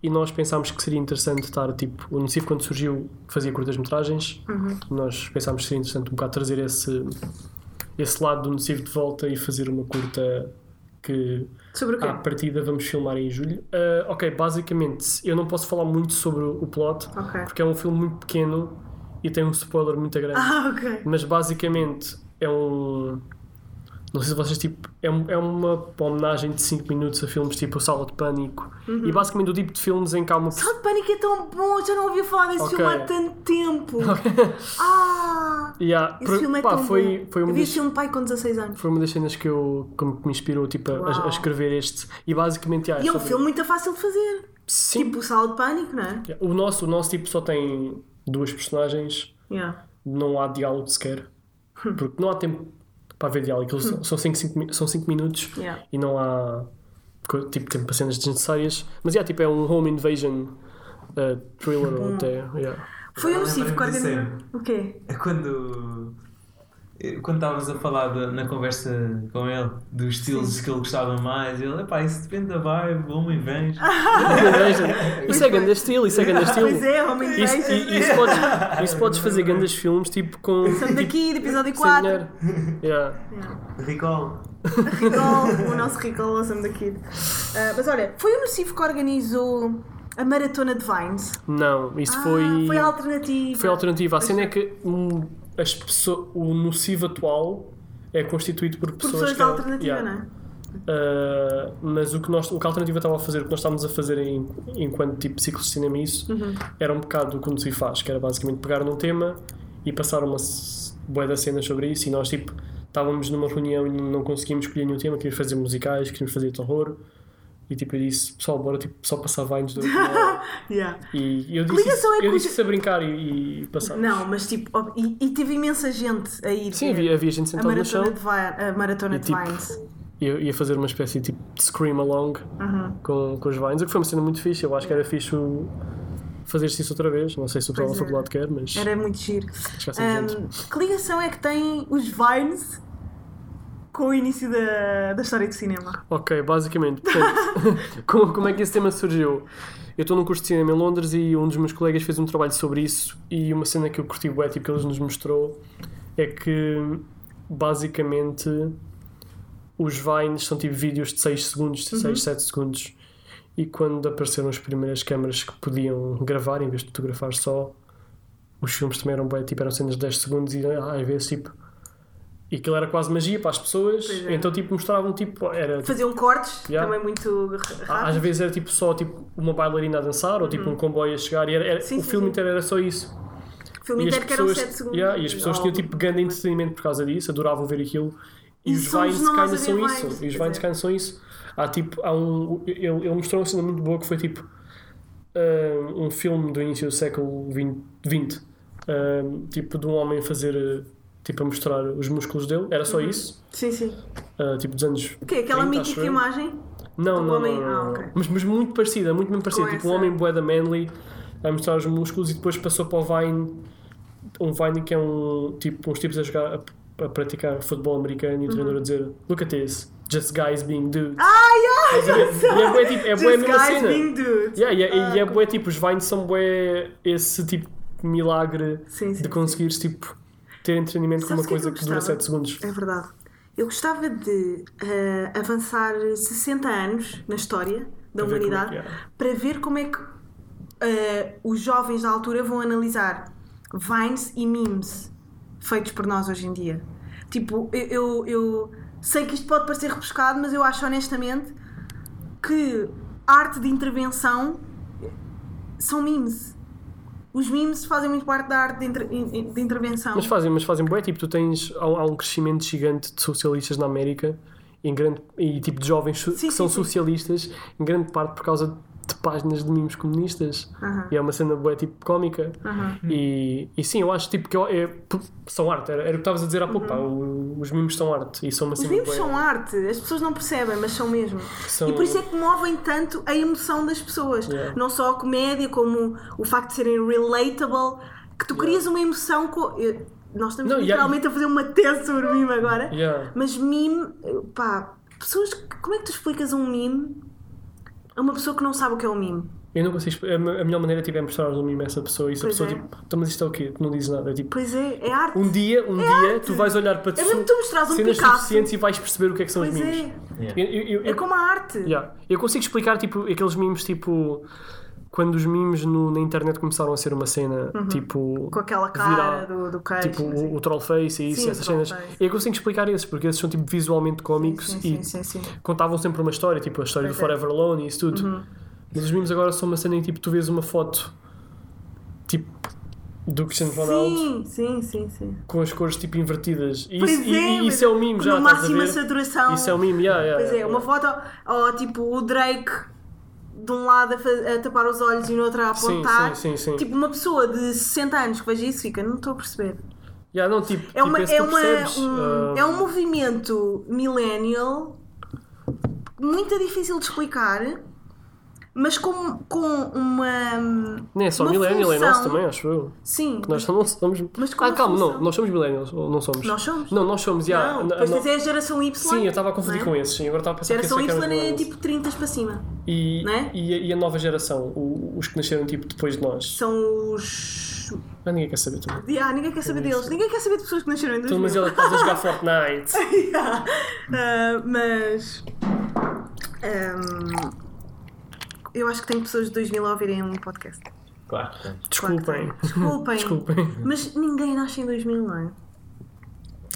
C: E nós pensámos que seria interessante estar, tipo, o Nocivo quando surgiu fazia curtas-metragens. Nós pensámos que seria interessante um bocado trazer esse, esse lado do Nocivo de volta e fazer uma curta que
B: Sobre o quê?
C: à partida vamos filmar em julho. Ah, ok, basicamente, eu não posso falar muito sobre o plot
B: Ok.
C: porque é um filme muito pequeno e tem um spoiler muito grande.
B: Ah, ok.
C: Mas basicamente é um. Não sei se vocês tipo. É, um- é uma homenagem de 5 minutos a filmes tipo O Sala de Pânico e basicamente o tipo de filmes em que há uma.
B: Uhum. Só de pânico é tão bom, eu já não ouvi falar desse
C: Ok.
B: filme há tanto tempo. Ah!
C: Yeah,
B: Esse
C: por-
B: filme é
C: pá,
B: tão
C: foi,
B: bom.
C: foi um
B: eu
C: uma
B: vi
C: das
B: esse filme pai com 16 anos.
C: Foi uma das cenas que eu que me inspirou tipo, a- a,
B: Uau.
C: a escrever este. E basicamente yeah,
B: E é um
C: sobre-
B: filme muito fácil de fazer.
C: Sim.
B: Tipo o Sala de Pânico, não é?
C: Yeah, O, nosso, o nosso tipo só tem duas personagens,
B: Yeah.
C: não há diálogo sequer.
B: Hum.
C: Porque não há tempo para haver diálogo. Aquilo são- São 5 cinco, mi- são cinco minutos
B: Yeah.
C: e não há co- tipo, tempo para cenas desnecessárias. Mas yeah, tipo, é um home invasion uh, thriller
B: Hum.
C: ou até. yeah.
B: Foi um
E: Agora
B: cifre
E: lembrei-me de
B: O quê?
E: É quando. eh, Quando estávamos a falar de- na conversa com ele dos estilos que ele gostava mais, ele, epá, isso depende da vibe, uma e vens.
C: Ah. Home invasion.
B: [LAUGHS]
C: Isso é grande estilo, isso é grande estilo.
B: Pois é, Homem
C: Isso,
B: Invasion.
C: e- isso, podes, isso podes fazer grandes filmes tipo com.
B: Estamos daqui, do episódio
C: Sem
B: 4.
C: dinheiro. Yeah.
E: Recall.
C: [LAUGHS]
B: Ricol, o nosso Ricol awesome da Kid. Ah, mas olha, foi o Nocivo que organizou a maratona de Vines.
C: Não, isso
B: Ah,
C: foi.
B: Foi a alternativa.
C: foi a alternativa. A cena é que hum, as pessoas, o nocivo atual é constituído por
B: Por
C: pessoas.
B: pessoas
C: que
B: da alternativa,
C: yeah.
B: não é?
C: Ah, mas o que, nós, o que a alternativa estava a fazer, o que nós estávamos a fazer em, enquanto tipo ciclos de cinema, e isso
B: Uhum.
C: era um bocado o que o nocivo faz, que era basicamente pegar num tema e passar uma s- bué de cenas sobre isso. E nós, tipo, estávamos numa reunião e não conseguíamos escolher nenhum tema, queríamos fazer musicais, queríamos fazer terror, E tipo, eu disse, pessoal, bora tipo, só passar vines durante uma hora.
B: Yeah.
C: E eu
B: Que
C: disse,
B: ligação
C: isso,
B: é que
C: eu disse
B: os-
C: isso a brincar e, e passamos.
B: Não, mas tipo, ó, e, e teve imensa gente a ir.
C: Sim,
B: ver
C: havia, havia gente
B: a
C: sentada no chão
B: maratona de, Vi- a maratona
C: E,
B: de
C: tipo,
B: Vines.
C: e eu ia fazer uma espécie tipo, de scream along com, com os vines, o que foi uma cena muito fixe. Eu acho que era fixe o- fazer-se isso outra vez. Não sei se o pessoal da
B: Pois era.
C: faculdade quer, mas
B: Era muito giro.
C: acho que há sempre gente.
B: Ahm, que ligação é que têm os Vines com o início da, da história do cinema?
C: Ok, basicamente, portanto, [LAUGHS] como, como é que esse tema surgiu? Eu estou num curso de cinema em Londres e um dos meus colegas fez um trabalho sobre isso e uma cena que eu curti bué, tipo, que ele nos mostrou é que basicamente os vines são tipo vídeos de 6 segundos, de 6,
B: Uhum.
C: 7 segundos e quando apareceram as primeiras câmaras que podiam gravar em vez de fotografar só os filmes também eram bué, tipo, eram cenas de 10 segundos e ah, às vezes tipo e aquilo era quase magia para as pessoas,
B: Pois é.
C: então tipo mostravam tipo, era
B: Faziam cortes,
C: Yeah.
B: também muito r-
C: Á- Às
B: rápido. Uhum.
C: vezes era tipo só tipo, uma bailarina a dançar ou tipo um comboio a chegar e era- era-
B: Sim,
C: o
B: sim,
C: filme
B: sim.
C: inteiro era só isso.
B: O filme
C: e as
B: inteiro que eram
C: pessoas,
B: 7 segundos.
C: yeah, e as pessoas tinham
B: Ou-
C: tipo grande entretenimento por causa disso, adoravam ver aquilo. E,
B: E
C: os
B: somos
C: Vines
B: nós
C: kinda
B: a ver
C: são
B: Vines,
C: isso. E os
B: quer
C: Vines
B: dizer.
C: kinda são isso. Há tipo, há um. Ele, ele mostrou uma cena muito boa que foi tipo ah, um filme do início do século XX, tipo de um homem fazer ah, tipo a mostrar os músculos dele, era só
B: Uhum.
C: isso,
B: Sim, sim.
C: ah, tipo dos anos
B: O quê? Aquela
C: 30, acho
B: mítica
C: eu.
B: imagem?
C: Não,
B: Do
C: não,
B: homem-
C: não, não,
B: ah,
C: não.
B: ok.
C: Mas, mas muito parecida, muito mesmo parecida.
B: Com
C: tipo, um
B: essa.
C: homem bué da manly a mostrar os músculos e depois passou para o Vine, um Vine que é um tipo uns tipos a jogar a, a praticar futebol americano e
B: Uhum.
C: o treinador a dizer Look at this, just guys being dudes.
B: Ai, ai,
C: Estás a ver? E é bué
B: [LAUGHS]
C: tipo,
B: Ah,
C: é bué a
B: Just
C: mesma
B: guys
C: cena.
B: being dudes. Ah,
C: Yeah, e é- e é bué tipo, os Vines são bué esse tipo milagre
B: Sim, sim,
C: de conseguires tipo ter entretenimento com
B: Sabes
C: uma
B: o que é que
C: coisa
B: eu
C: que, dura
B: gostava?
C: 7 segundos.
B: É verdade. Eu gostava de eh, avançar 60 anos na história da
C: Para ver como é que
B: humanidade
C: era.
B: para ver como é que eh, os jovens da altura vão analisar vines e memes feitos por nós hoje em dia. Tipo, eu, eu, eu sei que isto pode parecer rebuscado, mas eu acho honestamente que a arte de intervenção são memes. Os memes fazem muito parte da arte de, inter- de intervenção.
C: Mas fazem, mas fazem bué, tipo, tu tens há, há um crescimento gigante de socialistas na América em grande, e tipo de jovens su-
B: Sim, sim,
C: que são
B: sim.
C: socialistas em grande parte por causa de páginas de mimos comunistas
B: Aham.
C: e é uma cena bué tipo cómica
B: Aham.
C: e, e sim, eu acho tipo que eu- é, p- são arte, era, era o que estavas a dizer há pouco pá, o- os mimos são arte e são é uma
B: Uhum. Os
C: cena
B: memes
C: bué-
B: são arte, as pessoas não percebem, mas são mesmo.
C: São-
B: E por isso é que movem tanto a emoção das pessoas.
C: Yeah.
B: Não só a comédia, como o facto de serem relatable, que tu crias uma emoção. Co... eu- Nós estamos
C: Não, e há-
B: literalmente a fazer uma tese sobre mime agora.
C: Yeah.
B: Mas mime, pá, pessoas. que- Como é que tu explicas um mime a uma pessoa que não sabe o que é um mime?
C: eu não consigo, exp- a, me- a melhor maneira tipo, é mostrar um mimo a essa pessoa e se a
B: Pois
C: pessoa
B: é.
C: tipo, "Então, mas isto é o quê? Tu não dizes nada, é tipo
B: Pois é, é arte.
C: um dia, um dia
B: arte.
C: tu vais olhar para
B: É mesmo
C: su-
B: tu mostrares um
C: cenas
B: Picasso.
C: suficientes e vais perceber o que é que são
B: Pois
C: os mimos
B: é.
E: Yeah.
C: Eu- eu- eu-
B: É como a arte.
C: Yeah. Eu consigo explicar tipo, aqueles memes tipo quando os memes no- na internet começaram a ser uma cena
B: Uhum.
C: tipo
B: Com aquela cara
C: viral.
B: do, do queixo.
C: Tipo
B: mas é-
C: o, o troll face e isso,
B: Sim, o
C: essas
B: troll
C: cenas.
B: face.
C: Eu consigo explicar esses, porque esses são tipo visualmente cómicos
B: sim,
C: e
B: sim, sim, sim.
C: contavam sempre uma história, tipo a história do
B: Pois é. Uhum.
C: Forever Alone e isso tudo. Mas os memes agora são uma cena em que tipo, tu vês uma foto tipo do Cristiano Ronaldo
B: Sim, sim, sim, sim.
C: com as cores tipo invertidas. E
B: Pois
C: isso, e- e
B: é,
C: isso é o meme
B: com
C: já,
B: No
C: estás a
B: máxima
C: ver?
B: saturação.
C: Isso é o meme, yeah, yeah,
B: Pois é,
C: yeah,
B: uma
C: yeah.
B: foto, ou tipo o Drake de um lado a, fa- a tapar os olhos e no outro a
C: Sim,
B: apontar.
C: sim, sim, sim.
B: Tipo uma pessoa de 60 anos que veja isso fica, não estou a perceber.
C: Yeah, não, tipo,
B: É, uma,
C: tipo, esse tu
B: é, uma,
C: percebes,
B: um,
C: ah,
B: é um movimento millennial muito difícil de explicar, mas com, com uma.
C: Não é só
B: uma
C: millennial, é nosso
B: função.
C: também, acho eu.
B: Sim,
C: Nós só não somos.
B: Mas como é
C: ah, calma, não,
B: função?
C: nós somos millennials, ou não somos?
B: Nós somos?
C: Não, nós somos, já.
B: não,
C: na-
B: depois
C: na-
B: tens é a geração Y.
C: Sim, eu estava a confundir
B: não é?
C: com esses, sim, agora estava a pensar
B: Geração
C: que esses é
B: Y
C: que eram
B: é
C: millennials.
B: tipo 30 para cima.
C: E,
B: não é?
C: e, a- e a nova geração, o- os que nasceram tipo depois de nós.
B: São os.
C: Ah, ninguém quer saber tudo.
B: Ah, ninguém quer saber deles. Ninguém quer saber de pessoas que nasceram em 2000.
C: Então, mas ela estás a jogar
B: [LAUGHS]
C: Fortnite.
B: Yeah. Ah, mas. ahm, eu acho que tenho pessoas de 2000 a ouvirem um podcast.
E: Claro. claro.
B: Claro que
C: Desculpem.
B: tenho. Desculpem.
C: Desculpem.
B: Mas ninguém nasce em 2000, não é?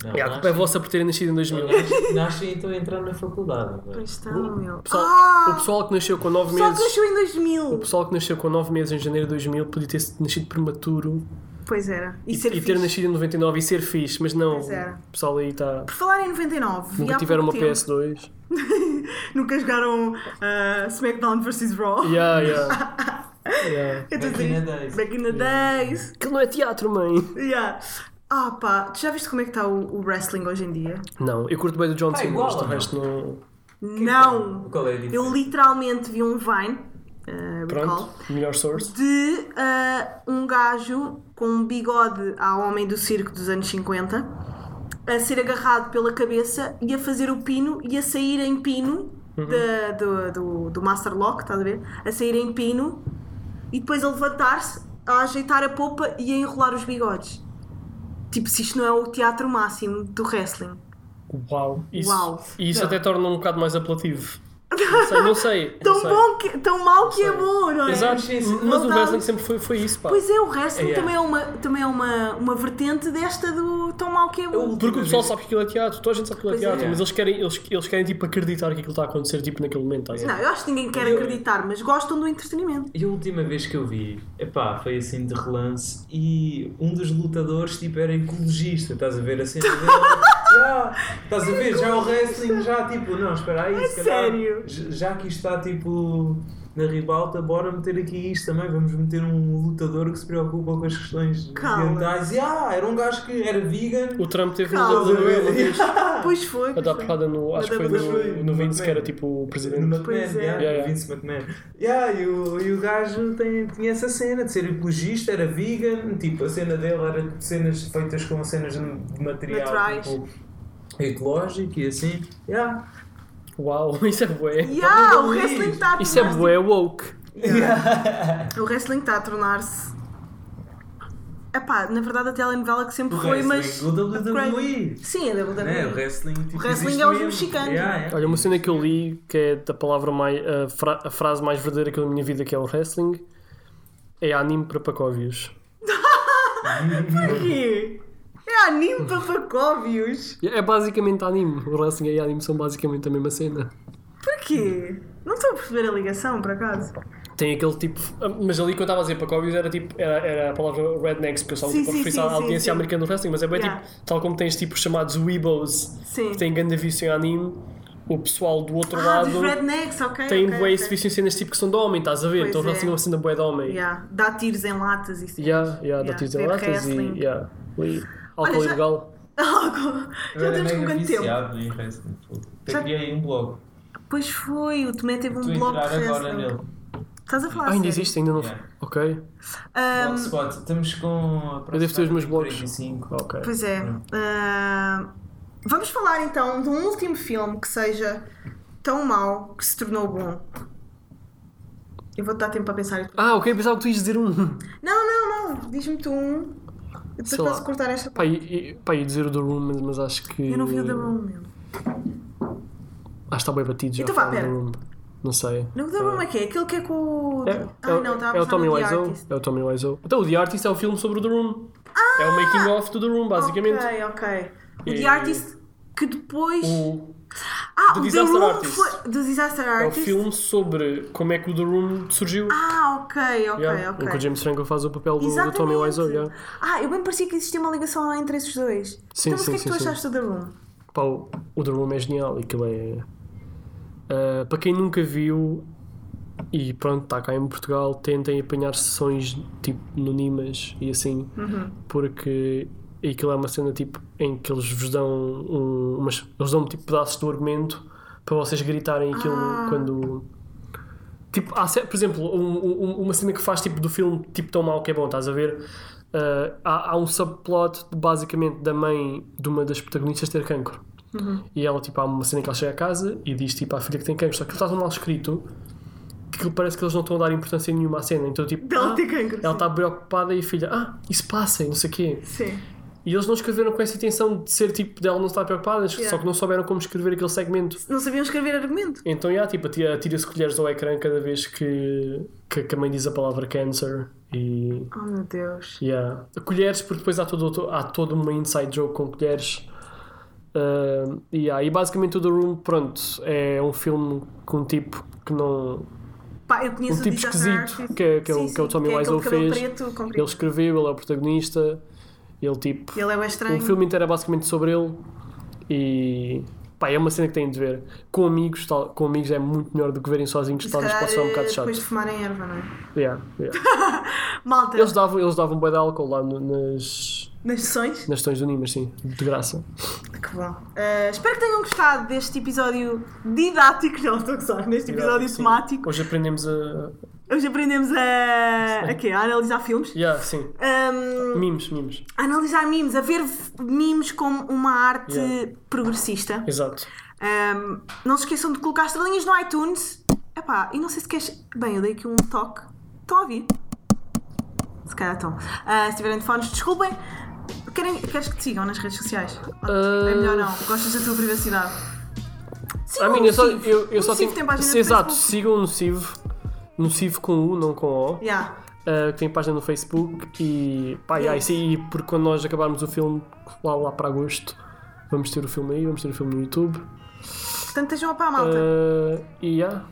E: Não,
C: É, a culpa é
E: nascem-
C: vossa por terem nascido em 2000.
B: Ah!
E: Nascem e estão a entrar na faculdade. agora.
B: Pois estão, meu.
C: O pessoal,
B: ah,
C: o pessoal que nasceu com 9
B: pessoal que
C: meses.
B: nasceu em
C: O
B: 2000.
C: pessoal que nasceu com 9 meses em janeiro de 2000 podia ter nascido prematuro
B: Pois era. E,
C: E,
B: ser
C: e ter
B: fixe.
C: nascido em 99 e ser fixe, mas não,
B: Pois era.
C: o pessoal aí está.
B: Por falar em 99, vi
C: Nunca
B: há
C: tiveram uma
B: pouco tempo-
C: PS2.
B: Nunca jogaram ah, SmackDown vs Raw.
C: Yeah, yeah. yeah.
B: [LAUGHS] Eu tô a
E: Back in
B: dizer,
E: the days.
B: Back in the days.
C: Aquilo não é teatro, mãe.
B: Yeah. Ah pá, tu já viste como é que está o, o wrestling hoje em dia?
C: Não, eu curto bem do John
E: Tá
C: Cena,
E: igual,
C: mas do
E: ou não?
C: resto não.
B: não!
E: Qual é a
B: Eu
E: diferença?
B: literalmente vi um Vine, ah, recall,
C: Pronto, melhor source.
B: de ah, um gajo com um bigode ao homem do circo dos anos 50 a ser agarrado pela cabeça e a fazer o pino e a sair em pino
C: Uhum.
B: da- do, do, do Master Lock, estás a ver? A sair em pino e depois a levantar-se, a ajeitar a popa e a enrolar os bigodes. Tipo, se isto não é o teatro máximo do wrestling.
C: Uau. Isso,
B: Uau.
C: E isso
B: Não.
C: até torna um bocado
B: [LAUGHS]
C: mais apelativo. Não sei, não sei. não
B: Tão
C: sei.
B: bom que, tão mal que é
C: sei.
B: bom, não é?
C: Exato,
E: Sim, sim.
C: mas
B: Não
C: o
B: dá-
C: wrestling sempre foi, foi isso, pá.
B: Pois é, o wrestling
E: Yeah.
B: também é, uma, também é uma, uma vertente desta do tão mal que é bom.
C: Porque o pessoal sabe que aquilo é teatro, toda a gente sabe que aquilo é
B: Pois é.
C: teatro, mas eles querem, eles, eles querem tipo acreditar que aquilo está a acontecer tipo naquele momento, estás a ver?
B: Não, eu acho que ninguém quer acreditar, mas gostam do entretenimento.
E: E a última vez que eu vi, epá, foi assim de relance e um dos lutadores tipo era ecologista, estás a ver a cena dele? já, estás a ver? Já o wrestling já tipo, não, espera aí, se calhar,
B: sério?
E: j- já que isto está tipo na ribalta, bora meter aqui isto também, vamos meter um lutador que se preocupa com as questões
B: Cala.
E: ambientais. E ah, era um gajo que era vegan.
C: O Trump teve
B: Calma.
C: um WWE uma vez
E: [LAUGHS] Ah.
B: Pois foi.
C: a
B: Pois é.
C: dar
B: foi.
C: porrada no. Acho que foi
B: Mas
E: foi-
C: no, no Vince que era
E: mas-
C: tipo o
E: No
C: presidente.
E: McMahon,
B: Pois é.
E: yeah,
C: Yeah, yeah.
E: Vince McMahon. Yeah, e, o, e o gajo tem, tinha essa cena de ser ecologista, era vegan, tipo, a cena dele era de cenas feitas com cenas de material
B: Naturais.
E: tipo, ecológico e assim. Yeah.
C: Uau, [LAUGHS] isso é bué.
B: Yeah, assim- o
E: Luís.
B: wrestling está a
C: Isso é
B: tornar-se-
C: bué woke.
B: O wrestling está a tornar-se. Epá, na verdade a telenovela que sempre
E: O
B: foi,
E: wrestling, é
B: mas.
E: o WWE.
B: Sim, a WWE.
E: Né? O wrestling, tipo,
B: O wrestling
E: existe
B: é os
E: mesmo.
B: mexicanos.
E: Yeah, yeah.
C: Olha, uma cena que eu li, que é da palavra mais. a, fra- a frase mais verdadeira que eu da minha vida, que é o wrestling, é anime para pacóvios.
E: Né,
B: Porquê? É anime para facóvios.
C: É é basicamente anime. O wrestling e anime são basicamente a mesma cena.
B: Porquê? Não estou a perceber a ligação, por acaso.
C: Tem aquele tipo. Mas ali quando eu estava a dizer pacóvios era tipo. Era, era a palavra rednecks, porque eu só
B: Sim,
C: tipo,
B: sim,
C: fiz
B: sim,
C: a
B: sim,
C: audiência
B: sim.
C: americana do wrestling, mas é bem
B: Yeah.
C: tipo. Tal como tens tipo chamados weebos
B: Sim.
C: que têm grande vício em anime, o pessoal do outro
B: Ah,
C: lado
B: dos rednecks, ok.
C: tem
B: ok,
C: bué esse
B: ok.
C: vício em cenas tipo que são de homem, estás a ver?
B: Pois
C: então o
B: é.
C: wrestling é uma cena bué de homem.
B: Yeah. Dá tiros em latas e assim. [LAUGHS]
C: Yeah, yeah, da Tuesday
B: ver
C: Latas e.
B: wrestling.
C: Yeah. E álcool
B: já-
C: ilegal.
B: Já
E: Eu era
B: temos com
E: é mega
B: quanto tempo?
E: viciado em wrestling. Até
B: Já-
E: criei um blog.
B: Pois foi, o Tomé teve um
E: Estou a
B: blog de
E: entrar agora
B: wrestling.
E: nele.
B: Estás a falar
C: Ah, ainda
B: sério?
C: existe, ainda não.
E: Yeah.
C: Ok.
B: Ahm,
E: Blogspot. Estamos com
C: Eu devo ter os meus blogs.
E: 45.
C: Ok.
B: pois é.
C: Hum.
B: Ahm, vamos falar então de um último filme que seja tão mau que se tornou bom. Eu vou te dar tempo para pensar.
C: Ah, ok, pensava que tu ias dizer um.
B: Não,
C: [LAUGHS]
B: não, não. Diz-me tu um. Eu depois
C: Sei
B: posso
C: lá.
B: cortar esta
C: Pá,
B: parte.
C: e- e- pá, ia dizer o The Room, mas- mas acho que.
B: Eu não vi o The Room, meu.
C: Acho que está bem batido já.
B: Então vá,
C: falar do
B: pera.
C: The Room. Não sei.
B: Não, o The Room é que é? Aquele que é com o.
C: É,
B: Ai, não, estava
C: é
B: a
C: o
B: pensar
C: Tommy
B: no The
C: Wiseau.
B: Artist.
C: É o Tommy Wiseau. Então, o The Artist é o filme sobre o The Room. é o making of do The Room, basicamente.
B: Ok, ok. O
C: E- é
B: The Artist que depois.
C: O,
B: Ah,
C: The
B: o The
C: Disaster
B: Room
C: Artist.
B: foi. Do Disaster
C: é o
B: Artist.
C: filme sobre como é que o The Room surgiu.
B: Ah, ok, ok,
C: yeah, Em que o
B: ok.
C: James Franco faz o papel do, do
B: Exatamente.
C: Tommy Wiseau. Yeah.
B: Ah, eu bem parecia que existia uma ligação lá entre esses dois.
C: Sim,
B: então, mas o que
C: sim,
B: é que
C: sim,
B: tu
C: sim.
B: achaste do The Room?
C: Pá, o, o The Room é genial, aquilo é. Ah, para quem nunca viu, e pronto, está cá em Portugal, tentem apanhar sessões tipo no Nimas e assim,
B: Uhum.
C: porque aquilo é uma cena tipo em que eles vos dão um, umas, eles dão tipo pedaços do argumento para vocês gritarem aquilo
B: Ah.
C: quando. Tipo, há, ce- por exemplo, um- um- uma cena que faz tipo do filme tipo tão mal que é bom, estás a ver? Ah, há, há um subplot basicamente da mãe de uma das protagonistas ter cancro.
B: Uhum.
C: E ela, tipo, há uma cena que ela chega a casa e diz, tipo, à filha que tem cancro, só que aquilo está tão mal escrito que aquilo parece que eles não estão a dar importância nenhuma à cena. Então, tipo,
B: Dela
C: ah,
B: ter cancro,
C: ela
B: sim.
C: está preocupada e a filha, ah, isso passa e não sei o quê.
B: Sim.
C: E eles não escreveram com essa intenção de ser, tipo, dela não estar preocupada, só
B: Yeah.
C: que não souberam como escrever aquele segmento.
B: Não sabiam escrever argumento.
C: Então, yeah, tipo, atira- atira-se colheres ao ecrã cada vez que, que, que a mãe diz a palavra cancer e...
B: Oh meu Deus.
C: Yeah. Colheres, porque depois há todo, outro- há todo uma inside joke com colheres. Ah, yeah. E basicamente o The Room, pronto, é um filme com um tipo que não.
B: Pá, eu conheço
C: Um tipo
B: o Disaster
C: esquisito
B: Artist.
C: que, é- que, é o-
B: Sim,
C: que é o
B: sim,
C: Tommy
B: que é
C: Wiseau
B: aquele cabelo
C: fez.
B: preto, comprido.
C: ele escreveu, ele é o protagonista. Ele tipo.
B: Ele é o
C: O
B: estranho.
C: filme inteiro é basicamente sobre ele e pá, é uma cena que têm de ver. Com amigos, tal- com amigos é muito melhor do que verem sozinhos,
B: Se
C: talvez
B: calhar, eh, é
C: pode ser um bocado
B: Depois de
C: chato.
B: fumarem erva, não é?
C: Yeah, yeah.
B: Malta,
C: Eles davam, eles davam bué de álcool lá no- nas,
B: nas sessões?
C: nas tons do Nimas, sim, de graça.
B: Que bom. Eh, espero que tenham gostado deste episódio didático, [LAUGHS] não estou a gozar, neste episódio
C: Sim.
B: temático.
C: Hoje aprendemos a.
B: Hoje aprendemos a, a, quê? a analisar filmes.
C: Yeah, sim.
B: Ahm,
C: Mimos, mimos.
B: a analisar memes, a ver f- memes como uma arte
C: Yeah.
B: progressista.
C: Exato.
B: Ahm, não se esqueçam de colocar estrelinhas no iTunes. Epá, e não sei se queres. Bem, eu dei aqui um toque. Estão a ouvir? Se calhar estão. Ah, se tiverem de fones, desculpem. Querem, queres que te sigam nas redes sociais? Ou- É melhor não. Gostas da tua privacidade? Sim,
C: Ah, A mim, eu só, eu, eu só tenho.
B: tem página
C: se-
B: no
C: Exato,
B: Facebook.
C: sigam o Nocivo. Nocivo com U, não com O.
B: Yeah.
C: uh, que tem página no Facebook e pá, yeah, isso aí, porque quando nós acabarmos o filme lá, lá para agosto, vamos ter o filme aí, vamos ter o filme no YouTube.
B: Portanto, estejam a pá, malta.
C: Uh, e yeah,